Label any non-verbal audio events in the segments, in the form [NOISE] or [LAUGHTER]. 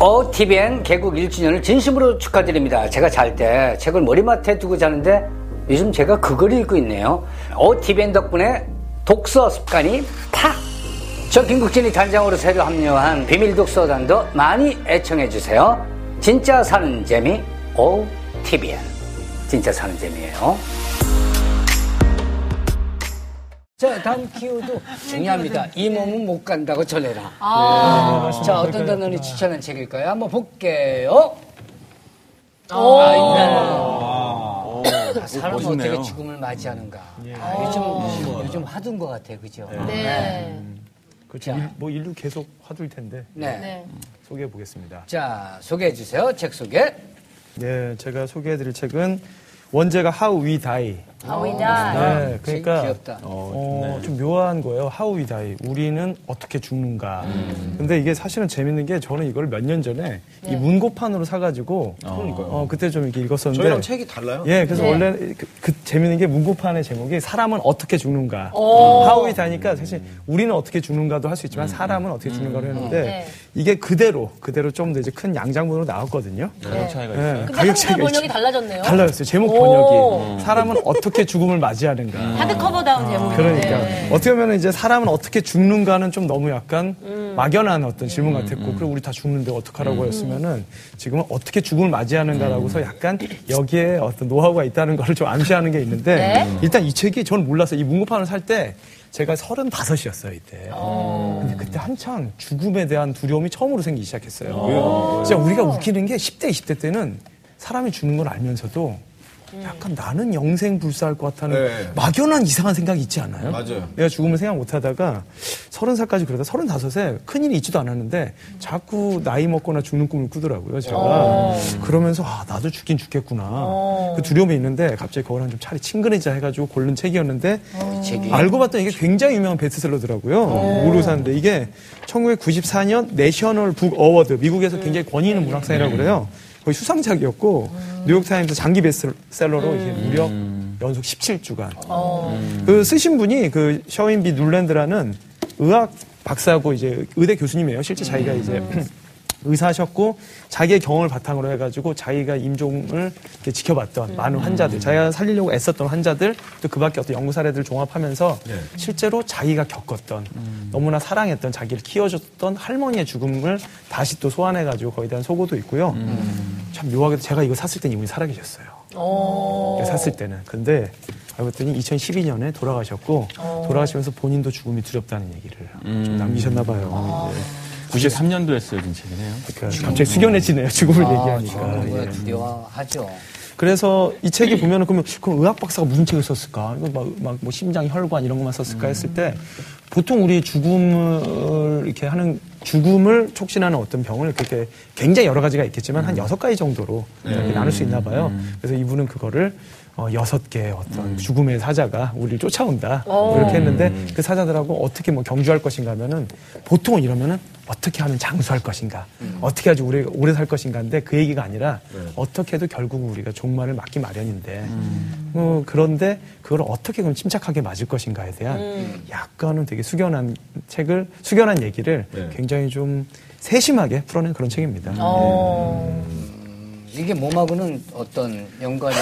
어 TVN 개국 1주년을 진심으로 축하드립니다. 제가 잘 때 책을 머리맡에 두고 자는데 요즘 제가 그걸 읽고 있네요. 어 TVN 덕분에 독서 습관이 팍! 저 김국진이 단장으로 새로 합류한 비밀 독서단도 많이 애청해주세요. 진짜 사는 재미 어 TVN 진짜 사는 재미예요. 자 다음 [LAUGHS] 키워드 중요합니다. 이 몸은 못 간다고 전해라. 아. 네. 자, 어떤 단원이 추천한 책일까요? 한번 볼게요. 아, 인간은 아, 사람은 어떻게 죽음을 맞이하는가. 예. 아, 요즘, 요즘 화두인 것 같아요. 그죠? 네. 그렇죠. 일- 뭐 인류 계속 화두일 텐데 네. 네. 소개해 보겠습니다. 자, 소개해 주세요. 책 소개. 네, 제가 소개해드릴 책은 원제가 How We Die. 아오이다. 네, 제일 그러니까 귀엽다. 어, 좀 묘한 거예요. How We Die. 우리는 어떻게 죽는가. 음. 근데 이게 사실은 재밌는 게 저는 이걸 몇 년 전에 네. 이 문고판으로 사가지고 어, 그때 좀 이렇게 읽었었는데. 아, 저희랑 책이 달라요. 예, 그래서 네. 원래 그, 그 재밌는 게 문고판의 제목이 사람은 어떻게 죽는가. 오. 하우이 다니까 사실 우리는 어떻게 죽는가도 할 음. 수 있지만 사람은 어떻게 죽는가로 했는데 네. 이게 그대로 그대로 좀 더 이제 큰 양장본으로 나왔거든요. 네. 예, 근데 한글 있죠. 번역이 달라졌네요. 달라졌어요. 제목 오. 번역이 사람은 어떻게 죽음을 맞이하는가. 하드커버다운 제목인데. 그러니까 어떻게 보면 이제 사람은 어떻게 죽는가는 좀 너무 약간 막연한 어떤 질문 같았고 그리고 우리 다 죽는데 어떡하라고 했으면은 지금은 어떻게 죽음을 맞이하는가라고서 약간 여기에 어떤 노하우가 있다는 거를 좀 암시하는 게 있는데 네. 일단 이 책이 저는 몰라서 이 문고판을 살 때 제가 35이었어요 이때 근데 그때 한창 죽음에 대한 두려움이 처음으로 생기기 시작했어요 진짜 우리가 웃기는 게 10대 20대 때는 사람이 죽는 걸 알면서도 약간 나는 영생 불사할 것 같다는 네. 막연한 이상한 생각이 있지 않아요? 맞아요. 내가 죽음을 생각 못 하다가 서른 살까지 그러다 서른 다섯에 큰일이 있지도 않았는데 자꾸 나이 먹거나 죽는 꿈을 꾸더라고요, 제가. 그러면서 아, 나도 죽긴 죽겠구나. 그 두려움이 있는데 갑자기 그거랑 좀 차라리 친근해지자 해가지고 고른 책이었는데 그 책이. 어. 알고 봤더니 이게 굉장히 유명한 베스트셀러더라고요. 모르고 샀는데 이게 1994년 내셔널 북 어워드 네. 미국에서 굉장히 권위 있는 문학상이라고 그래요. 거의 수상작이었고 음. 뉴욕타임스 장기 베스트셀러로 이게 무려 연속 17주간 어. 음. 그 쓰신 분이 그 셔윈 비 눌랜드라는 의학 박사고 이제 의대 교수님이에요. 실제 자기가 이제 음. 의사셨고 자기의 경험을 바탕으로 해가지고 자기가 임종을 이렇게 지켜봤던 많은 환자들, 자기가 살리려고 애썼던 환자들 또 그밖에 어떤 연구 사례들 을 종합하면서 실제로 자기가 겪었던 너무나 사랑했던 자기를 키워줬던 할머니의 죽음을 다시 또 소환해가지고 거기에 대한 소고도 있고요. 참 묘하게도 제가 이거 샀을 땐 이분이 살아계셨어요. 오. 샀을 때는. 근데 알고 봤더니 2012년에 돌아가셨고 돌아가시면서 본인도 죽음이 두렵다는 얘기를 좀 남기셨나 봐요. 네. 93년도였어요, 진짜. 그네요. 그러니까 갑자기 숙연해지네요. 죽음을 아, 아, 얘기하니까. 죽는 거야 예. 두려워하죠. 그래서 이 책이 보면은 그러면 그럼 의학 박사가 무슨 책을 썼을까? 이거 막막 뭐 심장 혈관 이런 것만 썼을까 했을 때 보통 우리 죽음을 이렇게 하는 죽음을 촉진하는 어떤 병을 그렇게 굉장히 여러 가지가 있겠지만 한 여섯 가지 정도로 이렇게 나눌 수 있나 봐요. 그래서 이분은 그거를 어, 여섯 개의 어떤 죽음의 사자가 우리를 쫓아온다. 그렇게 했는데 그 사자들하고 어떻게 뭐 경주할 것인가 하면은 보통은 이러면은 어떻게 하면 장수할 것인가. 어떻게 하지 오래, 오래 살 것인가인데 그 얘기가 아니라 어떻게 해도 결국 우리가 종말을 막기 마련인데. 어, 그런데 그걸 어떻게 그럼 침착하게 맞을 것인가에 대한 약간은 되게 숙연한 책을, 숙연한 얘기를 굉장히 좀 세심하게 풀어낸 그런 책입니다. 어. 오. 이게 몸하고는 어떤 연관이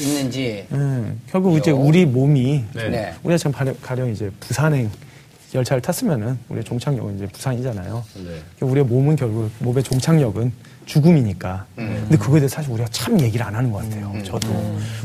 있는지. 음, 결국 이제 우리 몸이 네. 우리가 지금 가령, 가령 이제 부산행 열차를 탔으면은 우리 의 종착역은 이제 부산이잖아요. 그러니까 우리의 몸은 결국 몸의 종착역은 죽음이니까. 근데 그거에 대해서 사실 우리가 참 얘기를 안 하는 것 같아요. 저도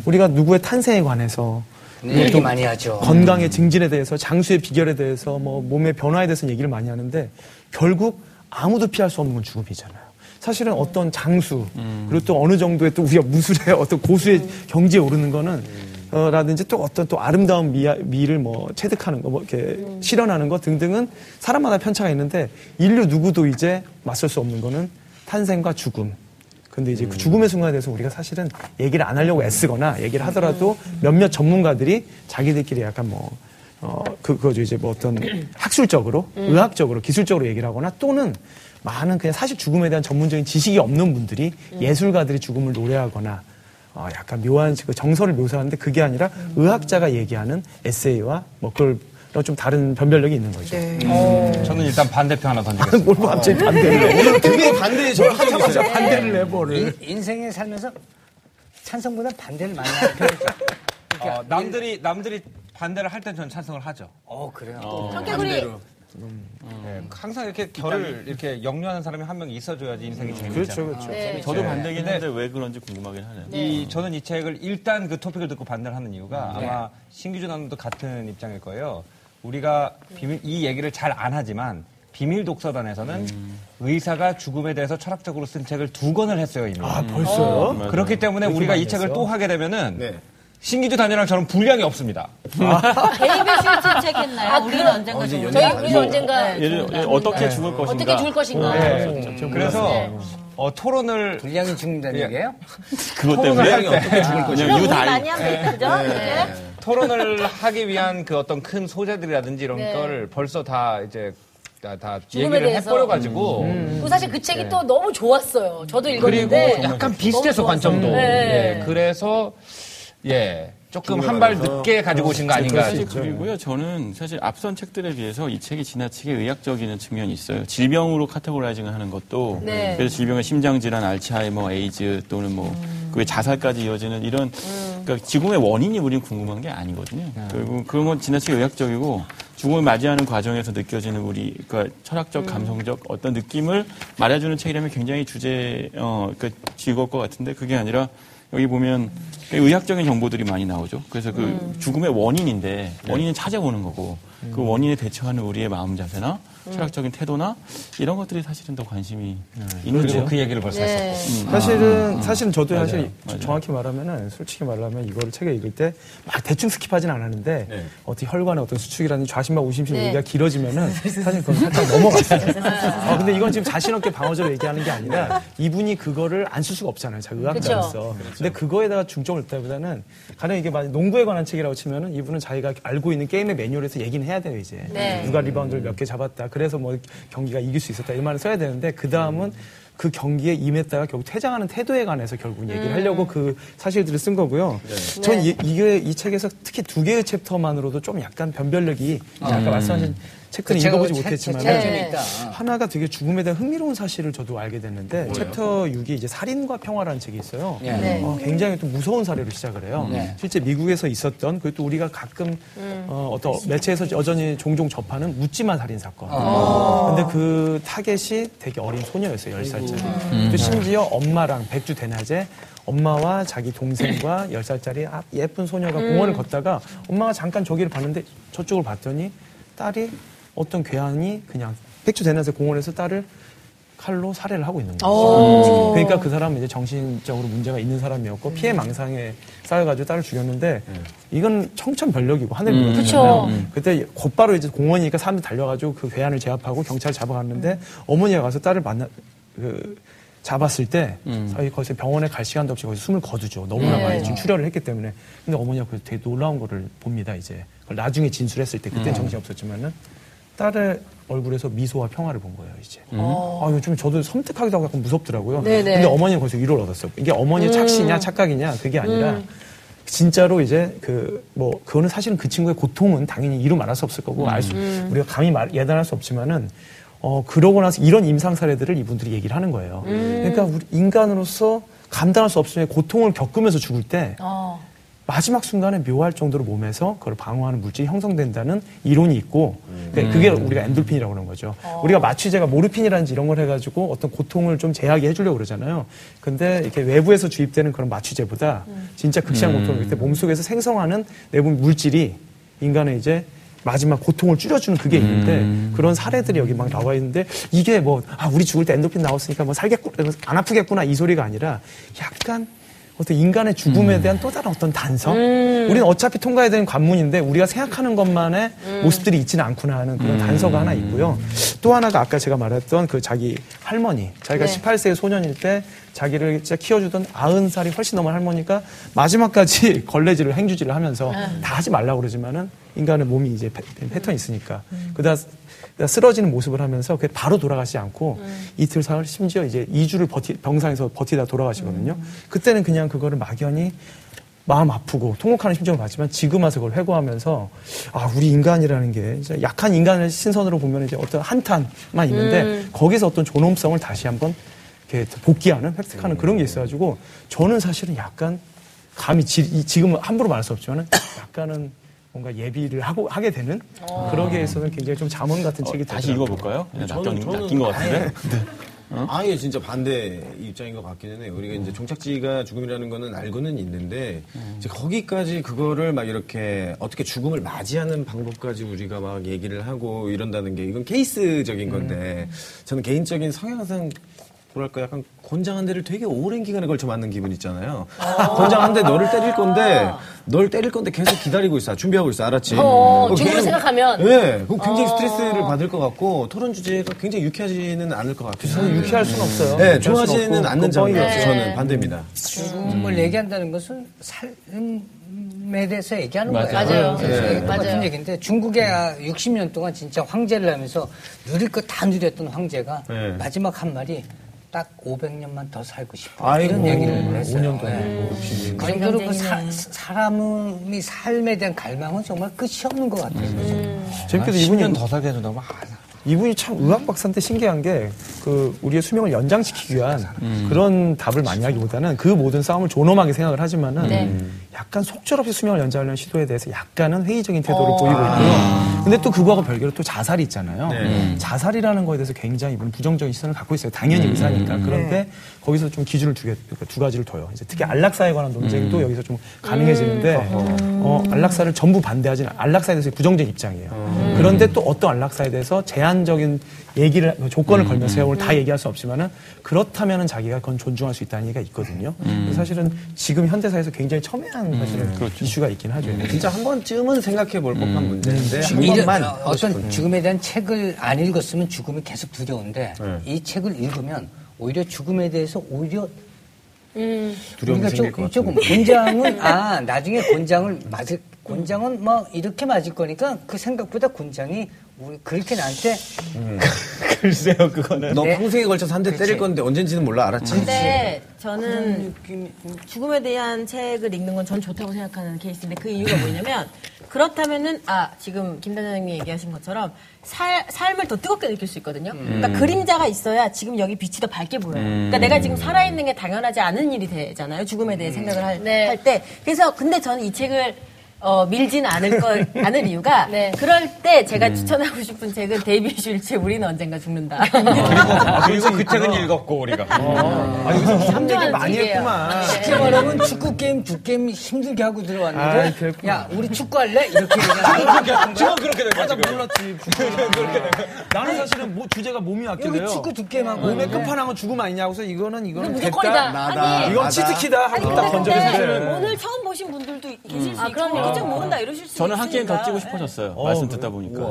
우리가 누구의 탄생에 관해서 얘기 많이 하죠. 예, 건강의 증진에 대해서 장수의 비결에 대해서 뭐 몸의 변화에 대해서 얘기를 많이 하는데 결국 아무도 피할 수 없는 건 죽음이잖아요. 사실은 어떤 장수 그리고 또 어느 정도의 또 우리가 무술의 [LAUGHS] 어떤 고수의 경지에 오르는 거는 어, 라든지 또 어떤 또 아름다운 미, 미를 뭐 체득하는 거 뭐 이렇게 실현하는 거 등등은 사람마다 편차가 있는데 인류 누구도 이제 맞설 수 없는 거는 탄생과 죽음 근데 이제 그 죽음의 순간에 대해서 우리가 사실은 얘기를 안 하려고 애쓰거나 얘기를 하더라도 몇몇 전문가들이 자기들끼리 약간 뭐, 어, 그, 그거죠. 이제 뭐 어떤 학술적으로, 의학적으로, 기술적으로 얘기를 하거나 또는 많은 그냥 사실 죽음에 대한 전문적인 지식이 없는 분들이 예술가들이 죽음을 노래하거나 어, 약간 묘한 그 정서를 묘사하는데 그게 아니라 의학자가 얘기하는 에세이와 뭐 그걸 이런 좀 다른 변별력이 있는 거죠. 저는 일단 반대표 하나 던지겠습니다. [LAUGHS] 뭘뭐 갑자기 반대를 해. 되게 반대에 저를 하자마자 반대를 해, 뭐를. 인, 인생에 살면서 찬성보다 반대를 많이 하는 편이죠. 어, 남들이 남들이 반대를 할 땐 저는 찬성을 하죠. 어, 그래요. 청개구리. 네. 음, 항상 이렇게 결을 이렇게 역류하는 사람이 한 명 있어줘야지 인생이 재밌잖아요. 그렇죠, 그렇죠. 네. [LAUGHS] 저도 반대긴 한데 왜 그런지 궁금하긴 하네요. 이 저는 이 책을 일단 그 토픽을 듣고 반대를 하는 이유가 네. 아마 신규준 감독도 같은 입장일 거예요. 우리가 비밀 이 얘기를 잘 안 하지만 비밀 독서단에서는 음. 의사가 죽음에 대해서 철학적으로 쓴 책을 두 권을 했어요 이미. 어. 아, 벌써요? 그렇기 때문에 우리가 이 많이 책을 했어? 또 하게 되면은 네. 신기주 단이랑 저는 분량이 없습니다. 음, 베이비 [LAUGHS] 실체 체크했나요? 우리는 언젠가 죽을 연애 거야. 안 아, 우리는 언젠가 얘를 어떻게 죽을 것인가? 어떻게 죽을 것인가. 그래서 어, 토론을 분량이 죽는다는 얘기예요? 그것 때문에 토론을 할 때, 그냥 그런 이거 고민 다 많이 합니다. 그죠? 네. 토론을 [LAUGHS] 하기 위한 그 어떤 큰 소재들이라든지 이런 네. 걸 벌써 다 이제 다, 다 죽음에 얘기를 대해서. 해버려가지고 그리고 사실 그 책이 또 너무 좋았어요. 저도 읽었는데. 그리고 약간 비슷해서 너무 좋았어요. 관점도. 네. 예, 그래서 예 조금 한 발 늦게 가지고 오신 거 아닌가. 사실 그리고요. 저는 사실 앞선 책들에 비해서 이 책이 지나치게 의학적인 측면이 있어요. 질병으로 카테고라이징을 하는 것도 네. 그래서 질병의 심장 질환, 알츠하이머, 에이즈 또는 뭐 그게 자살까지 이어지는 이런 그러니까 죽음의 음. 원인이 우리는 궁금한 게 아니거든요. 결국 그런 건 지나치게 의학적이고 죽음을 맞이하는 과정에서 느껴지는 우리 그러니까 철학적, 감성적 어떤 느낌을 말해주는 책이라면 굉장히 주제 어 그러니까 즐거울 것 같은데 그게 아니라 여기 보면 의학적인 정보들이 많이 나오죠. 그래서 그 죽음의 네. 원인인데 원인을 찾아보는 거고 그 원인에 대처하는 우리의 마음 자세나 철학적인 태도나 이런 것들이 사실은 더 관심이 있는 그리고 거죠. 그 얘기를 벌써 했었고. 네. 사실은 사실은 저도 음. 맞아요, 사실 맞아요. 정확히 말하면은 솔직히 말하면 이거를 책을 읽을 때 막 대충 스킵하진 않았는데 네. 어떻게 혈관의 어떤 수축이라든지 좌심과 우심심 네. 얘기가 길어지면은 사실 그건 살짝 넘어갔어요. 아, 근데 이건 지금 자신 없게 방어적으로 얘기하는 게 아니라 이분이 그거를 안 쓸 수가 없잖아요. 자기 의학자로서. 근데 그거에다가 중점을 뒀다기보다는 가령 이게 만약 농구에 관한 책이라고 치면은 이분은 자기가 알고 있는 게임의 매뉴얼에서 얘기는 해야 돼요 이제. 네. 누가 리바운드를 몇 개 잡았다. 그래서 뭐 경기가 이길 수 있었다. 이런 말을 써야 되는데 그 다음은 그 경기에 임했다가 결국 퇴장하는 태도에 관해서 결국 얘기를 음. 하려고 그 사실들을 쓴 거고요. 전 네. 이, 이게 이 책에서 특히 두 개의 챕터만으로도 좀 약간 변별력이 아까 음. 말씀하신 책들은 제가 읽어보지 책- 못했지만 책에 네. 좀 있다. 하나가 되게 죽음에 대한 흥미로운 사실을 저도 알게 됐는데 챕터 6이 이제 살인과 평화라는 책이 있어요. 예. 네. 어, 굉장히 또 무서운 사례로 시작을 해요. 네. 실제 미국에서 있었던 그리고 또 우리가 가끔 어, 떤 매체에서 여전히 종종 접하는 묻지마 살인 사건. 근데 그 타겟이 되게 어린 소녀였어요, 10살짜리. 또 심지어 엄마랑 백주 대낮에 엄마와 자기 동생과 10살짜리 아, 예쁜 소녀가 공원을 걷다가 엄마가 잠깐 저기를 봤는데 저쪽을 봤더니 딸이 어떤 괴한이 그냥 백주 대낮에 공원에서 딸을 칼로 살해를 하고 있는 거예요. 어. 어. 오. 그러니까 그 사람은 이제 정신적으로 문제가 있는 사람이었고 음. 피해 망상에 쌓여가지고 딸을 죽였는데 이건 청천벽력이고 하늘 무너잖아요 네. 그쵸. 그때 곧바로 이제 공원이니까 사람들 이 달려가지고 그 괴한을 제압하고 경찰 잡아갔는데 어머니가 가서 딸을 만나 그 잡았을 때 사실 거기서 병원에 갈 시간도 없이 거기서 숨을 거두죠. 너무나 네. 많이 지금 출혈을 했기 때문에 근데 어머니가 그 되게 놀라운 거를 봅니다. 이제 그걸 나중에 진술했을 때 그때 정신 없었지만은 딸의 얼굴에서 미소와 평화를 본 거예요. 이제 아 요즘 저도 섬뜩하기도 하고 약간 무섭더라고요. 네네. 음. 근데 어머니는 거기서 위로를 얻었어요. 이게 어머니의 착시냐 착각이냐 그게 아니라 진짜로 이제 그 뭐 그거는 사실은 그 친구의 고통은 당연히 이루 말할 수 없을 음. 거고 알 수 우리가 감히 말, 예단할 수 없지만은 어 그러고 나서 이런 임상 사례들을 이분들이 얘기를 하는 거예요. 음. 그러니까 우리 인간으로서 감당할 수 없으면 고통을 겪으면서 죽을 때 어. 마지막 순간에 묘할 정도로 몸에서 그걸 방어하는 물질이 형성된다는 이론이 있고 그게 우리가 엔돌핀이라고 그러는 거죠. 우리가 마취제가 모르핀이라든지 이런 걸 해가지고 어떤 고통을 좀 제약이 해주려고 그러잖아요. 근데 이렇게 외부에서 주입되는 그런 마취제보다 진짜 극심한 고통을 그때 몸속에서 생성하는 내부 물질이 인간의 이제 마지막 고통을 줄여주는 그게 있는데 그런 사례들이 여기 막 나와 있는데 이게 뭐 아 우리 죽을 때 엔돌핀 나왔으니까 뭐 살겠구나 안 아프겠구나 이 소리가 아니라 약간 어떤 인간의 죽음에 대한 또 다른 어떤 단서? 우리는 어차피 통과해야 되는 관문인데 우리가 생각하는 것만의 모습들이 있지는 않구나 하는 그런 단서가 하나 있고요. 또 하나가 아까 제가 말했던 그 자기 할머니, 자기가 네. 18세의 소년일 때 자기를 진짜 키워주던 90살이 훨씬 넘은 할머니가 마지막까지 [LAUGHS] 걸레질을 행주질을 하면서 다 하지 말라고 그러지만은 인간의 몸이 이제 패- 패턴이 있으니까 그다 그다 쓰러지는 모습을 하면서 그 바로 돌아가시지 않고 이틀 사흘 심지어 이제 2주를 버티 병상에서 버티다 돌아가시거든요. 그때는 그냥 그거를 막연히 마음 아프고 통곡하는 심정을 봤지만 지금 와서 그걸 회고하면서 아 우리 인간이라는 게 진짜 약한 인간의 신선으로 보면 이제 어떤 한탄만 있는데 거기서 어떤 존엄성을 다시 한번 이렇게 복귀하는 획득하는 그런 게 있어가지고 저는 사실은 약간 감히 지, 이- 지금은 함부로 말할 수 없지만 약간은 뭔가 예비를 하고 하게 되는 그러기에 있어서는 굉장히 좀 자문 같은 책이 다시 되더라고요. 읽어볼까요? 네, 그냥 낚인, 낚인 것 같은데. 아예 진짜 반대 입장인 것 같기는 해요. 우리가 이제 종착지가 죽음이라는 거는 알고는 있는데 이제 거기까지 그거를 막 이렇게 어떻게 죽음을 맞이하는 방법까지 우리가 막 얘기를 하고 이런다는 게 이건 케이스적인 건데 저는 개인적인 성향상 뭐랄까 약간 곤장 한 대를 되게 오랜 기간에 걸쳐 맞는 기분 있잖아요. [LAUGHS] 곤장 한 대 너를 때릴 건데 널 때릴 건데 계속 기다리고 있어. 준비하고 있어. 알았지? 어, 그거 죽음을 계속- 생각하면. 네, 그럼 굉장히 스트레스를 받을 것 같고 토론 주제가 굉장히 유쾌하지는 않을 것 같아요. 저는 유쾌할 수는 없어요. 네, 유쾌할 수는 좋아하지는 없고 네. 않는 장르라서 그건 뻔히 저는 반대입니다. 죽음을 얘기한다는 것은 삶에 대해서 얘기하는 맞아요. 거예요. 맞아요. 그래서 예. 이게 똑같은 맞아요. 얘기인데 중국에 60년 동안 진짜 황제를 하면서 누릴 거 다 누렸던 황제가 예. 마지막 한 말이 딱 500년만 더 살고 싶어 아이고, 이런 얘기를 했어요. 5년 동안. 예. 그 네. 정도로 그 사, 사람이 삶에 대한 갈망은 정말 끝이 없는 것 같아요. 재밌게도 이분이 10년 더 살게 해준다고 막. 이분이 참 의학 박사한테 신기한 게 그 우리의 수명을 연장시키기 위한 음. 그런 답을 많이 하기보다는 그 모든 싸움을 존엄하게 생각을 하지만은 약간 속절없이 수명을 연장하려는 시도에 대해서 약간은 회의적인 태도를 보이고 있고요. 근데 또 그거하고 별개로 또 자살이 있잖아요. 네. 자살이라는 거에 대해서 굉장히 이분 부정적인 시선을 갖고 있어요. 당연히 음. 의사니까. 그런데 거기서 좀 기준을 두 개, 그러니까 두 가지를 둬요. 이제 특히 안락사에 관한 논쟁이 음. 또 여기서 좀 가능해지는데 어, 안락사를 전부 반대하지는 안락사에 대해서 부정적인 입장이에요. 어. 그런데 또 어떤 안락사에 대해서 제한적인 얘기를 뭐 조건을 걸면서 세월을 다 얘기할 수 없지만은 그렇다면은 자기가 그건 존중할 수 있다는 얘기가 있거든요. 그래서 사실은 지금 현대사에서 굉장히 첨예한 사실은 이슈가 있긴 하죠. 진짜 한 번쯤은 생각해 볼 음. 법한 문제인데 한 이런 번만 하고 [LAUGHS] 어떤 죽음에 대한 책을 안 읽었으면 죽음이 계속 두려운데 이 책을 읽으면 오히려 죽음에 대해서 오히려 두려움이 우리가 생길 조금, 것 같은데. 조금 곤장은 아 나중에 곤장을 맞을 곤장은 막 이렇게 맞을 거니까 그 생각보다 곤장이 우리 그렇게 나한테 글쎄요, 그거는. 너 네. 평생에 걸쳐서 한 대 때릴 건데 언젠지는 몰라 알았지? 네. 근데 저는 죽음에 대한 책을 읽는 건 전 좋다고 생각하는 케이스인데 그 이유가 뭐냐면 그렇다면은 아 지금 김 단장님이 얘기하신 것처럼 살, 삶을 더 뜨겁게 느낄 수 있거든요. 음. 그러니까 그림자가 있어야 지금 여기 빛이 더 밝게 보여요. 그러니까 내가 지금 살아있는 게 당연하지 않은 일이 되잖아요. 죽음에 대해 생각을 할 때 네. 그래서 근데 저는 이 책을 어, 밀진 않을 [LAUGHS] 걸, 않을 이유가 네. 그럴 때 제가 추천하고 싶은 책은 데이비 슐츠의 우리는 언젠가 죽는다. 음. 아, 그리고 그 책은 읽었고, 우리가. 참조하는 책이에요. 쉽게 말하면 축구 게임 두 게임 힘들게 하고 들어왔는데 야 우리 축구할래 이렇게 얘기하는 거야. 저는 그렇게 된 거야, 지금. [LAUGHS] 나는 사실은 뭐 주제가 몸이 아껴요. 여기 축구 두 게임 하고 몸의 끝판왕은 뭐 죽음 아니냐고서 이거는 이거는 무조건이다. 아니, 뭐 이건 치트키다 아니 하고 근데, 딱 건져서 근데 오늘 처음 보신 분들도 계실 수 있고 아, 그럼요. 그쪽 모른다 이러실 수 저는 있으니까 한 게임 더 뛰고 싶어졌어요. 네. 말씀 듣다 보니까.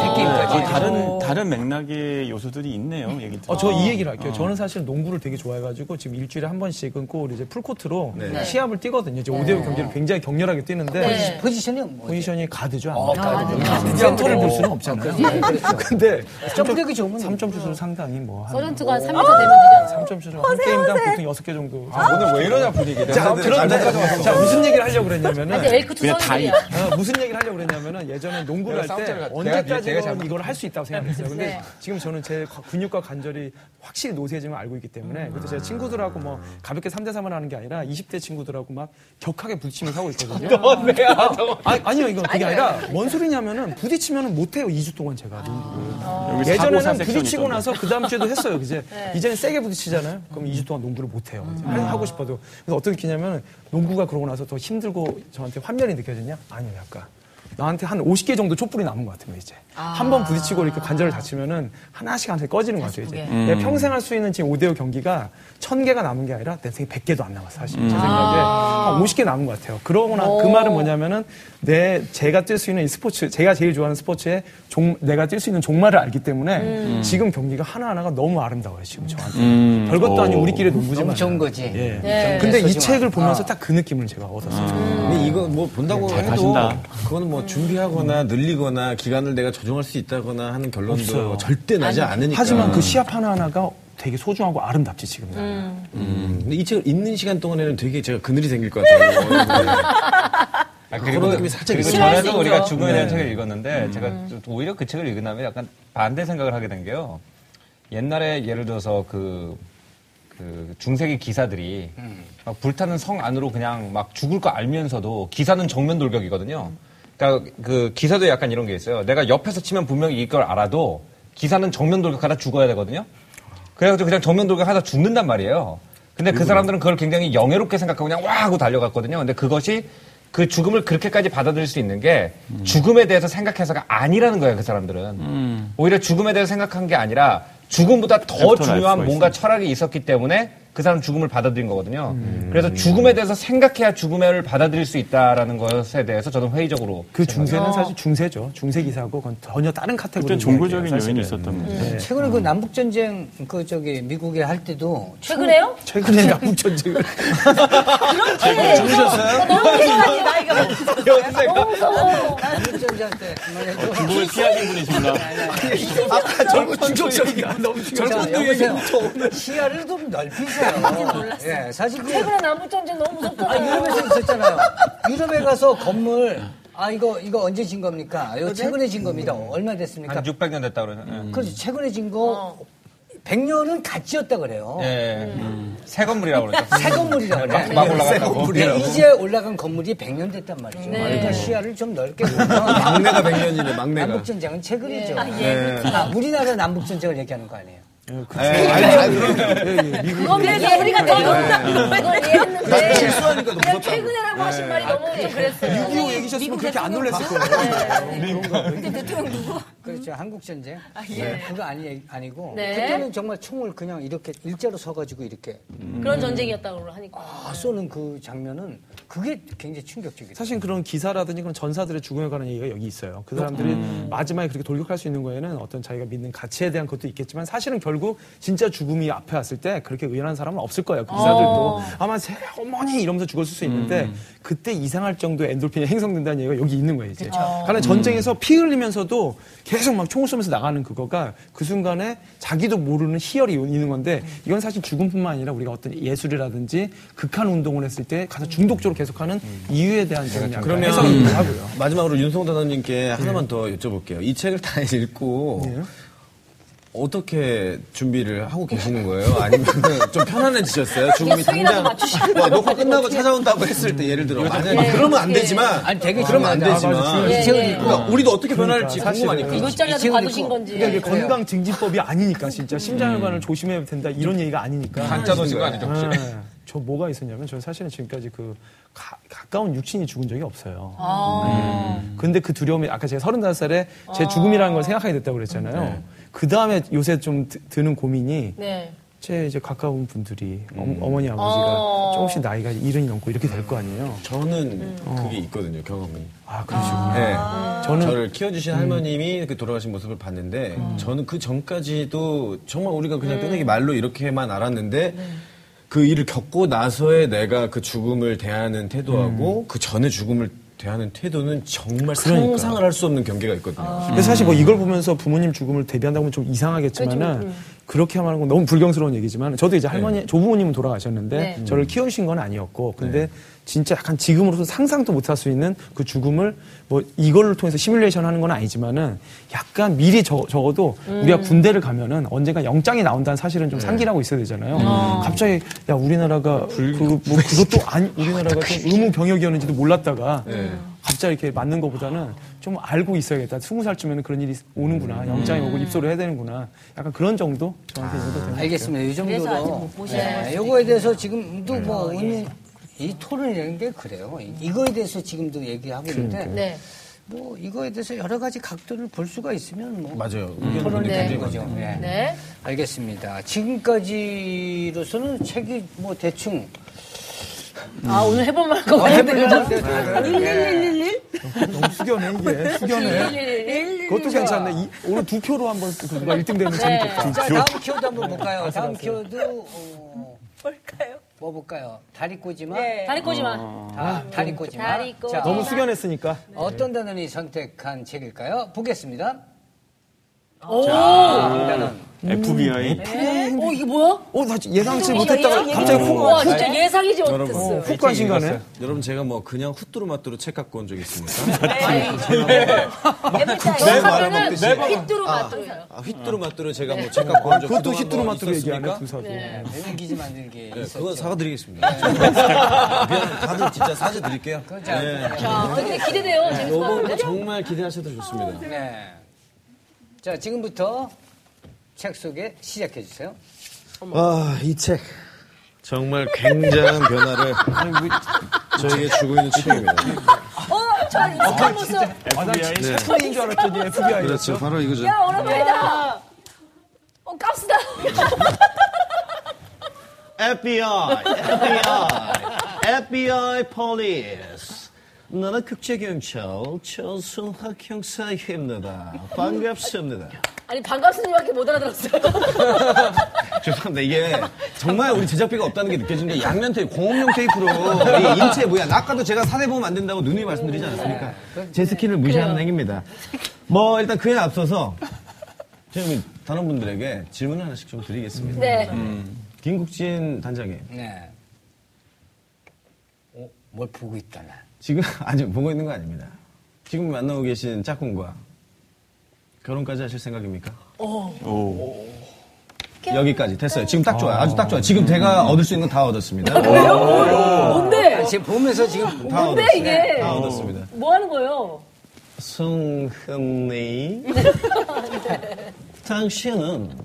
세 게임까지 어, 다른, 다른 맥락의 요소들이 있네요. 얘기 듣다 어, 저 이 얘기를 할게요. 저는 사실 농구를 되게 좋아해가지고 지금 일주일에 한 번씩은 꼭 이제 풀코트로 시합을 뛰거든요. 이제 5대5 경기를 굉장히 격렬하게 뛰는데 포지션이 뭐 포지션이 가드죠. 아무래도. 센터를 볼 수는 없잖아요. [LAUGHS] 근데 점프력이 좋으면 3점 슛을 상당히 뭐. 한 서전트가 한 3m 되면 되잖아. 3점 슛을 한 게임당 보통 6개 정도. 아, 오늘 왜 이러냐, 분위기. 자, 그런데 자, 무슨 얘기를 하려고 그랬냐면은 이제 웰크 그냥 다 투성이야. 어, 무슨 얘기를 하려고 그랬냐면은 예전에 농구를 할 내가 때 싸움자를 내가- 언제까지 내가 잘못- 이걸 할 수 있다고 생각했어요. 근데 지금 저는 제 가- 근육과 관절이 확실히 노쇠해지면 알고 있기 음. 때문에 그래서 제가 친구들하고 뭐 가볍게 3대 3을 하는 게 아니라 20대 친구들하고 막 격하게 부딪히면서 하고 있거든요. 아, 아니요, 이건 그게 아니라 뭔 소리냐면은 부딪히면은 못 해요. 2주 동안 제가 아. 농구를. 여기 사고사 예전에는 섹션이 부딪히고 있던데. 나서 그 다음 주에도 했어요. 이제 이제는 세게 부딪히잖아요. 그럼 2주 동안 농구를 못 해요. 하고 싶어도. 그래서 어떻게 느끼냐면 농구가 그러고 나서 더 힘들고 저한테 환멸이 느껴지냐? 아니요, 약간. 나한테 한 50개 정도 촛불이 남은 것 같은 거 이제 한 번 부딪히고 이렇게 관절을 다치면은 하나씩 한테 꺼지는 것 같아요 이제 음. 내가 평생 할 수 있는 지금 5대5 경기가 1000개가 남은 게 아니라 내 생에 100개도 안 남았어 사실 음. 제 생각에 한 50개 남은 것 같아요 그러고 나 그 말은 뭐냐면은 내 제가 뛸 수 있는 이 스포츠 제가 제일 좋아하는 스포츠의 종- 내가 뛸 수 있는 종말을 알기 때문에 음. 지금 경기가 하나하나가 너무 아름다워요 지금 저한테 음. 별것도 아닌 우리끼리 농구지만 너무 좋은 거지. 예. 네. 근데 이 그래서 지금 책을 아- 보면서 딱 그 느낌을 제가 얻었어요 근데 이거 뭐 본다고 잘 해도 가신다. 그거는 뭐 준비하거나 늘리거나 기간을 내가 조정할 수 있다거나 하는 결론도 절대 나지 않으니까. 하지만 그 시합 하나하나가 되게 소중하고 아름답지 지금. 음. 근데 이 책을 읽는 시간 동안에는 되게 제가 그늘이 생길 것 [LAUGHS] 같아요. 아, 그런 그리고, 느낌이 살짝 그리고 있어요. 신뢰할 수 전에도 우리가 있죠. 네. 죽음에 대한 책을 읽었는데 제가 좀 오히려 그 책을 읽은 다음에 약간 반대 생각을 하게 된 게요. 옛날에 예를 들어서 그, 그 중세기 기사들이 막 불타는 성 안으로 그냥 막 죽을 거 알면서도 기사는 정면 돌격이거든요. 그러니까 그 기사도 약간 이런 게 있어요. 내가 옆에서 치면 분명히 이걸 알아도 기사는 정면 돌격하다 죽어야 되거든요. 그래가지고 그냥 정면 돌격하다 죽는단 말이에요. 근데 그 사람들은 그걸 굉장히 영예롭게 생각하고 그냥 와 하고 달려갔거든요. 근데 그것이 그 죽음을 그렇게까지 받아들일 수 있는 게 죽음에 대해서 생각해서가 아니라는 거예요, 그 사람들은. 오히려 죽음에 대해서 생각한 게 아니라 죽음보다 더 애프터는 알 중요한 수가 뭔가 있으니까. 철학이 있었기 때문에 그 사람 죽음을 받아들인 거거든요. 그래서 죽음에 대해서 생각해야 죽음을 받아들일 수 있다라는 것에 대해서 저는 회의적으로 그 중세는 사실 중세죠. 중세 기사고 그건 전혀 다른 그때 카테고리. 종교적인 요인이 있었던 거죠. 예. 최근에 음. 그 남북 전쟁 그 저기 미국에 할 때도 최근에요? 최근에 남북 전쟁을 너무 나이가 많으세요. 남북 전쟁 때만 해도 아, 죽음을 피하신 분이신가? [LAUGHS] 아까 젊은 충격적이야. 너무 자, 충격적이야. 여보세요. 시야를 좀 넓히세요. 예, 사실 그 네, 최근에 남북 전쟁 너무 무섭잖아요. 아, 유럽에서 있었잖아요. 유럽에 가서 건물 아 이거 이거 언제 진 겁니까? 아, 아, 이거 네? 최근에 진 겁니다. 음. 얼마 됐습니까? 한 600년 됐다 그러잖아요. 그렇죠. 최근에 진 거 어. 100년은 같이 였다 그래요. 예. 음. 새 건물이라고 그러죠. 새 건물이라고 막, 그래. 막 올라갔다고. 예, 이제 올라간 건물이 100년 됐단 말이죠. 네. 그러니까 시야를 좀 [LAUGHS] 넓게 보면 막내가 100년이네, 막내가. 남북전쟁은 최근이죠. 예. 예. 아, 우리나라 남북전쟁을 얘기하는 거 아니에요? 예, 아니, 아니, 그럼요. 예. 그래서 우리가 더 이해했는데 나 이해했는데 실수하니까 너무 그냥 무섭다. 최근에라고 하신 말이 너무 좀 그랬어요. 미국 얘기셨으면 그렇게 안 놀랐을 거예요. 그렇죠. 한국전쟁. 아, 예. 예, 그거 아니, 아니고. 네. 그때는 정말 총을 그냥 이렇게 일자로 서가지고 이렇게 그런 전쟁이었다고 하니까. 네. 다 쏘는 그 장면은 그게 굉장히 충격적이다. 사실 그런 기사라든지 그런 전사들의 죽음에 관한 얘기가 여기 있어요. 그 사람들이 마지막에 그렇게 돌격할 수 있는 거에는 어떤 자기가 믿는 가치에 대한 것도 있겠지만 사실은 결국 진짜 죽음이 앞에 왔을 때 그렇게 의연한 사람은 없을 거예요. 그 기사들도 아마 새 어머니 이러면서 죽었을 수 있는데 그때 이상할 정도의 엔돌핀이 행성된다는 얘기가 여기 있는 거예요. 이제 가는 전쟁에서 피 흘리면서도 계속 막 총을 쏘면서 나가는 그거가 그 순간에 자기도 모르는 희열이 있는 건데 이건 사실 죽음뿐만 아니라 우리가 어떤 예술이라든지 극한 운동을 했을 때 가장 중독적으로 음. 계속하는 이유에 대한 그런 약간 그러면 해석이기도 하고요. 마지막으로 윤성호 단원님께 하나만 더 여쭤볼게요. 이 책을 다 읽고 어떻게 준비를 하고 계시는 거예요? 아니면 [LAUGHS] 좀 편안해지셨어요? 죽음이 당장 와, 놓고 끝나고 찾아온다고 했을 때 예를 들어 만약에 그러면 안 되지만 아니, 되게 그러면 안 중요하다. 되지만 아, 맞아. 이 책을 읽고 그러니까 우리도 어떻게 음, 변할지 궁금하니까 이글자라도 받으신 그러니까 이게 건지. 건강 증진법이 아니니까 진짜 심장혈관을 조심해야 된다 이런 얘기가 아니니까. 한자 도시가 아니죠, 혹시? 네. 저 뭐가 있었냐면 저는 사실은 지금까지 그 가, 까운 육친이 죽은 적이 없어요. 근데 그 두려움이 아까 제가 35살에 제 죽음이라는 걸 생각하게 됐다고 그랬잖아요. 그 다음에 요새 좀 드- 드는 고민이 네. 제 이제 가까운 분들이 어, 머니 아버지가 어. 조금씩 나이가 이른이 넘고 이렇게 될 거 아니에요. 저는 그게 있거든요 경험이. 음. 아 그렇죠. 네. 저는 음. 저를 키워주신 할머님이 그 돌아가신 모습을 봤는데 저는 그 전까지도 정말 우리가 음. 그냥 뼈대기 말로 이렇게만 알았는데 네. 그 일을 겪고 나서의 내가 그 죽음을 대하는 태도하고 그 전에 죽음을 대하는 태도는 정말 상상을 할 수 없는 경계가 있거든요. 근데 사실 뭐 이걸 보면서 부모님 죽음을 대비한다고 하면 좀 이상하겠지만은 그렇게 하는 건 너무 불경스러운 얘기지만 저도 이제 할머니 조부모님은 돌아가셨는데 네. 저를 키우신 건 아니었고 근데 진짜 약간 지금으로서 상상도 못 할 수 있는 그 죽음을 뭐 이걸 통해서 시뮬레이션 하는 건 아니지만은 약간 미리 적, 어도 음. 우리가 군대를 가면은 언젠가 영장이 나온다는 사실은 좀 상기라고 있어야 음. 되잖아요. 갑자기 야 우리나라가 그뭐 그것도 아니 우리나라가 좀 의무 병역이었는지도 몰랐다가 갑자기 이렇게 맞는 것보다는 좀 알고 있어야겠다. 스무 살쯤에는 그런 일이 오는구나. 영장이 음. 오고 입소를 해야 되는구나. 약간 그런 정도 저한테 정도 되는 아, 알겠습니다. 이 정도로. 네, 아직 못 보시는 걸 수도 어, 예. 요거에 대해서 네. 지금도 뭐, 의미- 이 토론이라는 게 그래요. 이- 이거에 대해서 지금도 얘기하고 있는데, 네. 뭐, 이거에 대해서 여러 가지 각도를 볼 수가 있으면 뭐. 맞아요. 음. 의견이 토론이 굉장히 많아요. 되는 거죠. 예. 네. 알겠습니다. 지금까지로서는 책이 뭐 대충 아, 오늘 해본 말것 같은데. 네. 네. 너무 숙연해 이게 숙연해. 그것도 괜찮네. 이- 오늘 두 표로 한번 그 누가 1등 되면 네. 재밌겠다. 자, 다음 키워드 한번 볼까요? 다음 키워드 어, 뭘까요? 뭐 볼까요? 다리 꼬지마. 다리 꼬지마. 아, 다리 꼬지마. 네. 어, 다리 꼬지마. 너무 숙연했으니까. 어떤 단원이 선택한 책일까요? 보겠습니다. 아, FBI. 어, 이게 뭐야? 어, 나 예상치 못했다가 이거 갑자기 이거 훅 와, 어, 진짜 예상이지 못했어요. 뭐 훅 관심 가네. 여러분 제가 뭐 그냥 후뚜루 맛뚜루 책 갖고 온 [LAUGHS] 적 네. 있습니까? 네, 에브리타임. 말아먹듯이. 휘뚜루 맞더라고요. 아, 휘뚜루 맛뚜루 제가 뭐 책 갖고 온 적. 그것도 그동안 히트로 뭐 맞도록 얘기하네, 있었습니까? 둘사도. 기지 만든 게. 네, 그건 사과드리겠습니다. [LAUGHS] 미안, 다들 진짜 사죄드릴게요. 네. 자, 아, 근데 기대돼요. 재밌을 것 요번 같은데? 정말 기대하셔도 좋습니다. 네. 자, 지금부터 책 소개 시작해 주세요. 아, 이 책. 정말 굉장한 변화를 저에게 주고 있는 책입니다. 네. 어, 아, 저 익숙한 모습. FBI. 인 알았더니 FBI. 그렇죠. 바로 이거죠. 야, 오랜만이다. 어, 값스다. FBI, FBI, FBI police. 나는 국제경찰 전순학 형사입니다. 반갑습니다. 아니, 반갑습니다밖에 못 알아들었어요. 죄송합니다. 이게 정말 우리 제작비가 없다는 게 느껴지는 게 양면 테이프, 공업용 테이프로 이 인체 뭐야. 아까도 제가 사내 보험 안 된다고 누누이 말씀드리지 않았습니까? 제 스킬을 무시하는 행위입니다. 뭐 일단 그에 앞서서 저희 다른 분들에게 질문 을 하나씩 좀 드리겠습니다. 네. 김국진 단장님. 네. 어, 뭘 보고 있다, 나. 지금 [LAUGHS] 아직 보고 있는 거 아닙니다. 지금 만나고 계신 짝꿍과 결혼까지 하실 생각입니까? 오. 여기까지 됐어요. 지금 딱 좋아요. 아주 딱 좋아요. 지금 제가 얻을 수 있는 건 다 얻었습니다. 아, 뭔데? 지금 보면서 지금 다 뭔데, 얻었어요. 이게? 다 얻었습니다. 뭐 하는 거예요? [LAUGHS] 성흥리. 당신은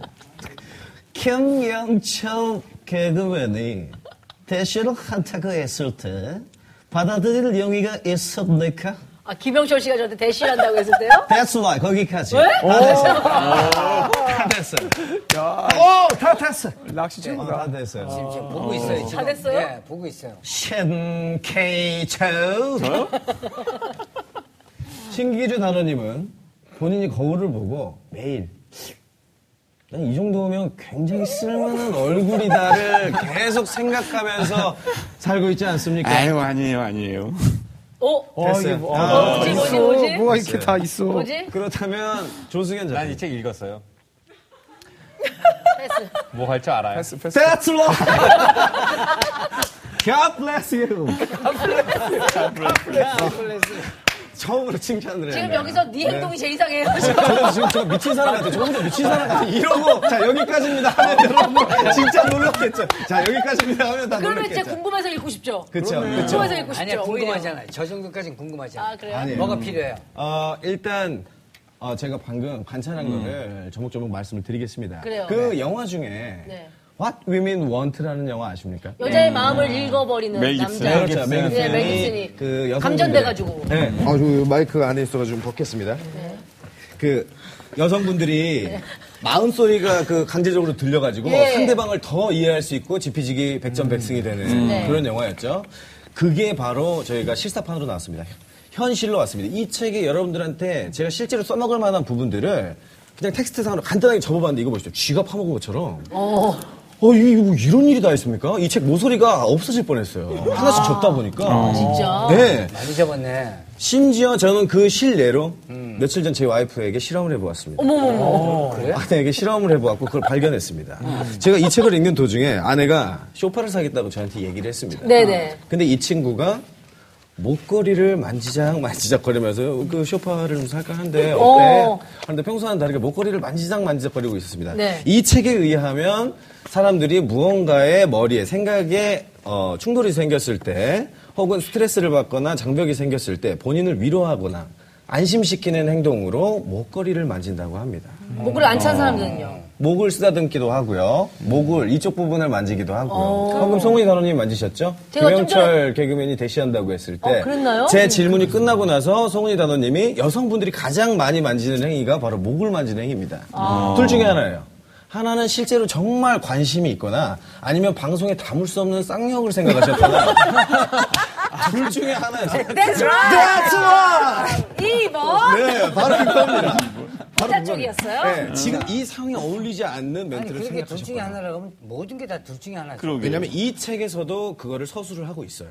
경영청 개그맨이 대시로 한타고 했을 때 받아들일 용의가 있었니까? 아, 김영철 씨가 저한테 대신한다고 했을 때요? That's why 거기까지 다 됐어요. 다 됐어요. 오, 다 됐어요. 낚시 어, 네, 최고다. 다 됐어요. 지금 보고 있어요, 지금. 다 됐어요? 네, 보고 있어요. 신케이초 [LAUGHS] 신기주 단원님은 본인이 거울을 보고 매일 난 이 정도면 굉장히 쓸만한 얼굴이다를 계속 생각하면서 살고 있지 않습니까? 아유, 아니에요, 아니에요. 어? 됐어요. 아, 뭐지, 뭐지, 뭐지? 뭐가 뭐, 이렇게 다 있어. 뭐지? 그렇다면 조승현 난 작가님. 이 책 읽었어요. 뭐 할 줄 알아요. 패스, 패스. That's [LAUGHS] right. God bless you. 아, 처음으로 칭찬을 해요. 지금 여기서 네 행동이 제일 이상해요. 저는 지금 제가 미친 사람 같아요. 조금 더 미친 사람 같아요. 이러고, 자, 여기까지입니다 하면 여러분 진짜 놀랐겠죠. 자, 여기까지입니다 하면 다 그러면 진짜 놀랐겠죠. 궁금해서 읽고 싶죠? 그쵸, 그쵸. 궁금해서 읽고 싶죠? 아니야, 오히려. 궁금하잖아요. 저 정도까지는 궁금하지 않아요. 아, 그래요? 아니에요. 뭐가 필요해요? 어, 일단, 어, 제가 방금 관찰한 음. 거를 조목조목 말씀을 드리겠습니다. 그래요. 그 영화 중에, 네. What Women Want라는 영화 아십니까? 여자의 마음을 읽어버리는 메일 깁슨. 남자. 그렇죠. 네, 메기 메일 슨이 깁슨이. 그 여성 감전돼가지고. 네. 아, 저 마이크가 안에 있어가지고 좀 벗겠습니다. 네. 그 여성분들이 마음 소리가 그 강제적으로 들려가지고 예. 상대방을 더 이해할 수 있고 지피지기 백전백승이 되는 음. 네. 그런 영화였죠. 그게 바로 저희가 실사판으로 나왔습니다. 현실로 왔습니다. 이 책이 여러분들한테 제가 실제로 써먹을 만한 부분들을 그냥 텍스트상으로 간단하게 접어봤는데 이거 보십시오. 쥐가 파먹은 것처럼. 어, 이, 뭐 이런 일이 다 있습니까? 이 책 모서리가 없어질 뻔했어요. 하나씩 접다 보니까. 아. 진짜? 네. 많이 접었네. 심지어 저는 그 실례로 며칠 전 제 와이프에게 실험을 해보았습니다. 어, 그래요? 아내에게 실험을 해보았고 그걸 발견했습니다. 제가 이 책을 읽는 도중에 아내가 음. 쇼파를 사겠다고 저한테 얘기를 했습니다. 네네. 근데 이 친구가 목걸이를 만지작 만지작 거리면서 그 쇼파를 좀 살까 하는데 어. 어때? 하는데 평소와는 다르게 목걸이를 만지작 만지작 거리고 있었습니다. 네. 이 책에 의하면 사람들이 무언가의 머리에 생각에 어, 충돌이 생겼을 때 혹은 스트레스를 받거나 장벽이 생겼을 때 본인을 위로하거나 안심시키는 행동으로 목걸이를 만진다고 합니다. 목을 안 찬 사람들은요? 목을 쓰다듬기도 하고요. 목을 이쪽 부분을 만지기도 하고요. 방금 송은이 단원님 만지셨죠? 어. 제가 좀 김영철 개그맨이 대시한다고 했을 때. 어, 그랬나요? 제 질문이 끝나고 나서 송은이 단원님이 여성분들이 가장 많이 만지는 행위가 바로 목을 만지는 행위입니다. 아. 음. 둘 중에 하나예요. 하나는 실제로 정말 관심이 있거나 아니면 방송에 담을 수 없는 [LAUGHS] 쌍욕을 생각하셨거나 둘 중에 하나예요. That's right! 이번 네, 바로 그겁니다. 혼자 쪽이었어요? 네, 지금 이 상에 어울리지 않는 아니, 멘트를 그렇게 둘 중에 생각하셨거나 하나라고 하면 모든 게 다 둘 중에 하나죠. 그러게. 왜냐면 이 책에서도 그거를 서술을 하고 있어요.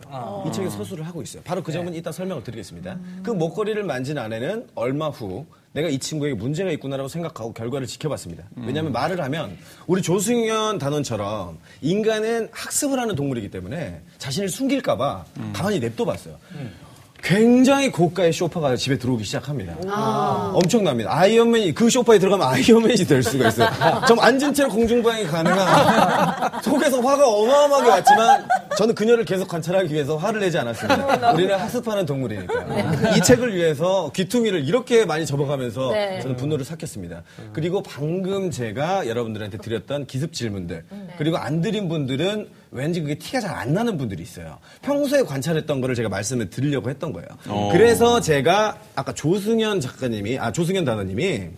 이 책에 서술을 하고 있어요. 바로 그 점은 이따 설명을 드리겠습니다. 그 목걸이를 만진 아내는 얼마 후 내가 이 친구에게 문제가 있구나라고 생각하고 결과를 지켜봤습니다. 음. 왜냐하면 말을 하면 우리 조승현 단원처럼 인간은 학습을 하는 동물이기 때문에 자신을 숨길까봐 음. 가만히 냅둬봤어요. 굉장히 고가의 쇼파가 집에 들어오기 시작합니다. 엄청납니다. 아이언맨이 그 쇼파에 들어가면 아이언맨이 될 수가 있어요. 좀 앉은 채로 공중부양이 가능한 [LAUGHS] 속에서 화가 어마어마하게 왔지만 저는 그녀를 계속 관찰하기 위해서 화를 내지 않았습니다. 우리는 학습하는 동물이니까요. 이 책을 위해서 귀퉁이를 이렇게 많이 접어가면서 네. 저는 분노를 삭혔습니다. 그리고 방금 제가 여러분들한테 드렸던 기습 질문들 그리고 안 드린 분들은 왠지 그게 티가 잘 안 나는 분들이 있어요. 평소에 관찰했던 거를 제가 말씀을 드리려고 했던 거예요. 어. 그래서 제가 아까 조승현 작가님이 아 조승현 단원님이